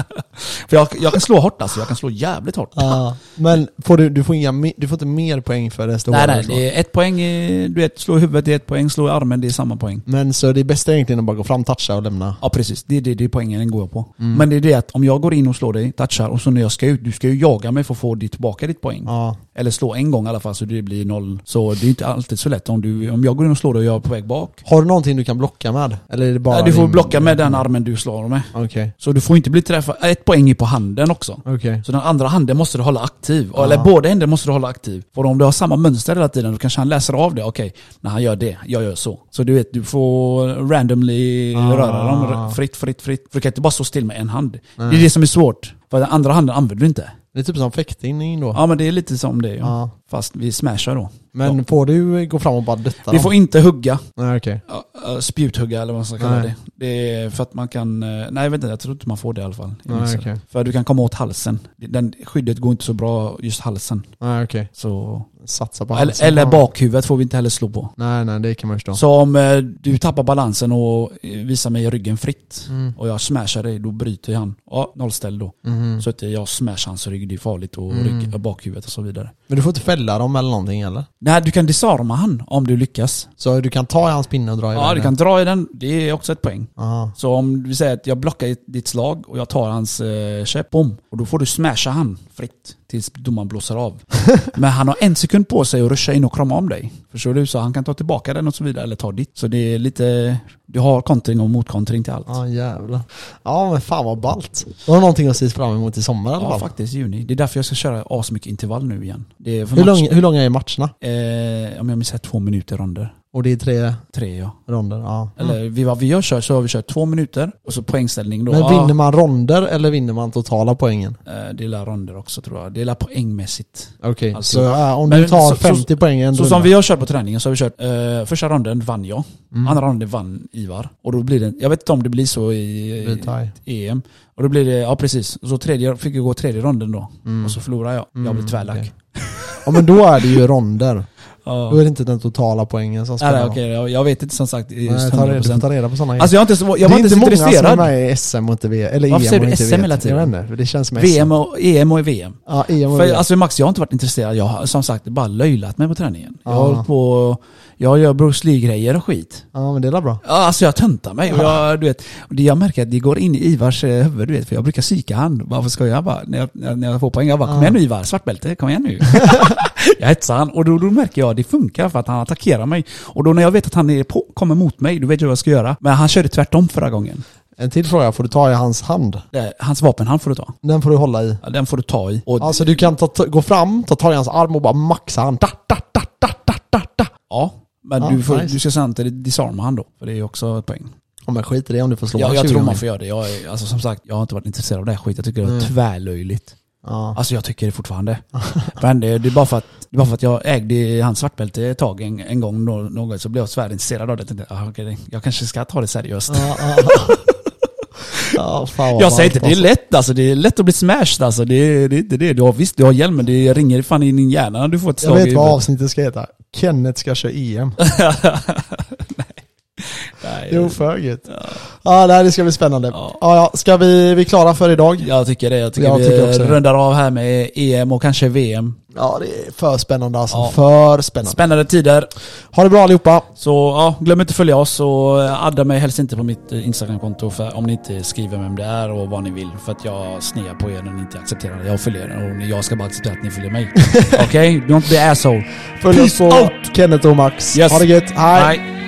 S4: För jag, jag kan slå hårt alltså, jag kan slå jävligt hårt.
S3: Ja. Men får du, du, får inga, me- du får inte mer poäng för det stora?
S4: Nej nej,
S3: eller så?
S4: det är ett poäng, eh, du vet, slå i huvudet det är ett poäng, slå i armen det är samma poäng.
S3: Men så det bästa är egentligen att bara gå fram, toucha och lämna?
S4: Ja precis, det är det, det är poängen den går jag på.
S3: Mm.
S4: Men det är det att om jag går in och slår dig, touchar, och så när jag ska ut, du ska ju jaga mig för att få ditt, tillbaka ditt poäng.
S3: Ja.
S4: Eller slå en gång i alla fall så det blir noll. Så det är inte alltid så lätt om, du, om jag går in och slår dig och jag är på väg bak.
S3: Har du någonting du kan blocka med? Eller är det bara
S4: Nej, du får
S3: din-
S4: blocka med den armen du slår med.
S3: Okej.
S4: Så du får inte bli träffad. Ett poäng är på handen också.
S3: Okej.
S4: Så den andra handen måste du hålla aktiv. Eller båda händer måste du hålla aktiv. För om du har samma mönster hela tiden då kanske han läser av det. Okej, när han gör det, jag gör så. Så du vet, du får randomly
S3: Ah.
S4: röra dem r- fritt, fritt, fritt. För du kan inte bara stå still med en hand. Det är det som är svårt. För den andra handen använder du inte.
S3: Det är typ som fäktning då.
S4: Ja men det är lite som det ja.
S3: Ja.
S4: Fast vi smashar då.
S3: Men får du gå fram och bara dutta
S4: Vi
S3: dem?
S4: får inte hugga.
S3: Nej okej.
S4: Ja, äh, spjuthugga eller vad man ska kalla
S3: Nej.
S4: det. Det är för att man kan... eh, Nej jag vet inte, jag tror inte man får det i alla fall. i
S3: Nej,
S4: mixer.
S3: okej.
S4: För du kan komma åt halsen. Den, skyddet går inte så bra just halsen.
S3: Nej okej.
S4: Så,
S3: Satsa på
S4: eller,
S3: halsen.
S4: eller bakhuvudet får vi inte heller slå på.
S3: Nej nej, det kan man förstå.
S4: Så om eh, du tappar balansen och eh, visar mig ryggen fritt och jag smashar dig, då bryter han. Ja, nollställ då. Så att eh, jag smashar hans rygg, det är farligt och rygg, bakhuvudet och så vidare.
S3: Men du får inte fälla dem eller någonting eller?
S4: Nej, du kan disarma han om du lyckas.
S3: Så du kan ta i hans pinne och dra iväg
S4: Ja, du
S3: den?
S4: kan dra i den. Det är också ett poäng.
S3: Aha.
S4: Så om vi säger att jag blockar ditt- ditt slag och jag tar hans eh, käpp, bom. Och då får du smasha han fritt tills domaren blåser av. Men han har en sekund på sig att ruscha in och krama om dig. Förstår du? Så han kan ta tillbaka den och så vidare, eller ta ditt. Så det är lite... Du har kontring och motkontring till allt.
S3: Ja jävlar. Ja men fan vad ballt. Har du någonting att se fram emot i sommar i alla
S4: Ja,
S3: fall?
S4: faktiskt juni. Det är därför jag ska köra asmycket intervall nu igen. Det är för
S3: Hur,
S4: match-
S3: lång, hur långa är matcherna?
S4: Eh, om jag minns rätt, två minuter ronder.
S3: Och det är tre
S4: Tre ja.
S3: ronder? Ja.
S4: Eller vi, vad vi gör kör, så har vi kört två minuter och så poängställning då.
S3: Men
S4: Ja.
S3: vinner man ronder eller vinner man totala poängen?
S4: Eh, Det är la ronder också tror jag. Det är la poängmässigt.
S3: Okej,
S4: Alltid.
S3: så ja, om
S4: Alltså, Men
S3: du tar
S4: så- så-
S3: 50 poäng i en
S4: Så
S3: runda.
S4: som vi har kört på träningen så har vi kört, eh, första ronden vann jag,
S3: Mm.
S4: andra ronden vann Ivar. Och då blir det, jag vet inte om det blir så i,
S3: Det blir tie.
S4: i EM. Och då blir det, ja precis. Och så tredje, fick jag gå tredje ronden då. Och så förlorade jag. Jag blev tvärlack.
S3: Mm. okej. Ja men då är det ju ronder.
S4: Ja.
S3: Då är det inte den totala poängen som
S4: Nej,
S3: spelar
S4: nej,
S3: roll.
S4: okej, jag, jag vet inte som sagt i
S3: Nej,
S4: just
S3: ta reda,
S4: 100%.
S3: ta reda på sådana
S4: Alltså jag har inte, så- jag var
S3: det är
S4: inte så
S3: många som är
S4: intresserad.
S3: med i SM och inte VM. Eller
S4: Varför
S3: EM
S4: säger
S3: och
S4: du
S3: inte
S4: SM
S3: vet.
S4: hela tiden?
S3: Jag vet inte, för det känns som
S4: VM och, EM och VM.
S3: Ja, EM och
S4: För,
S3: VM.
S4: alltså Max, jag har inte varit intresserad. Jag har som sagt bara löjlat mig på träningen. Jag
S3: Ja.
S4: har hållit på, jag gör Bruce Lee-grejer och skit.
S3: ja men det är väl bra.
S4: Ja, alltså jag töntar mig. Och jag, du vet, och det jag märker att det går in i Ivars eh, huvud, du vet, för jag brukar psyka han. Varför ska jag bara, när jag, när jag- när jag får poäng, jag bara kom igen nu Ivar, svart bälte, kom igen nu. jag hetsar han och då, då märker jag att det funkar för att han attackerar mig. Och då när jag vet att han är på, kommer mot mig, då vet jag vad jag ska göra. Men han körde tvärtom förra gången.
S3: En till fråga, får du ta i hans hand?
S4: Det- Hans vapenhand får du ta.
S3: Den får du hålla i.
S4: Ja, Den får du ta i. Och,
S3: Alltså du kan ta, ta, gå fram, ta tag i hans arm och bara maxa han. Da, da, da, da, da, da, da.
S4: Ja, men
S3: Ja,
S4: du, får,
S3: nice.
S4: du ska samtidigt disarma han då. För det är ju också ett poäng.
S3: Ja men skit i det om du får slå
S4: Jag,
S3: han
S4: jag
S3: 20
S4: tror man
S3: gånger.
S4: får göra det. Jag, är- alltså, som sagt, jag har inte varit intresserad av det här skit. Jag tycker det är tvärlöjligt.
S3: Mm. Ja.
S4: Alltså jag tycker det fortfarande. Men det, det, är bara för att, det är bara för att jag ägde hans svartbälte ett tag en, en gång nå- någon, så blev jag svärintresserad av det. Jag tänkte, ah, okej, det- jag kanske ska ta det seriöst.
S3: Ja, ja, ja. Ja, fan vad
S4: jag säger
S3: varmt
S4: inte, det är
S3: alltså.
S4: lätt alltså. Det är lätt att bli smashed alltså. Det, är- det är inte det. Du har, visst, du har hjälm men det ringer fan in i din hjärna när du får ett
S3: Jag
S4: slag i
S3: vet vad
S4: huvudet.
S3: avsnittet ska heta. Kenneth ska köra E EM.
S4: Nej,
S3: Jo, för gött. Ja, det här det ska bli spännande. Ja,
S4: Ja.
S3: ja, ska vi, vi klara för idag?
S4: Jag tycker det. Jag tycker
S3: Jag
S4: vi
S3: tycker också det.
S4: rundar av här med EM och kanske VM.
S3: Ja, det är för spännande alltså.
S4: Ja.
S3: För spännande.
S4: Spännande tider.
S3: Ha det bra allihopa.
S4: Så ja, glöm inte att följa oss och eh, adda mig helst inte på mitt eh, Instagramkonto för om ni inte skriver vem det är och vad ni vill. För att jag snear på er när ni inte accepterar det. Jag följer er och jag ska bara acceptera att ni följer mig. Okej? Don't be asshole.
S3: Följ oss
S4: Peace
S3: på Kenneth och Max.
S4: Yes.
S3: Ha det gött. Hej.
S4: Bye.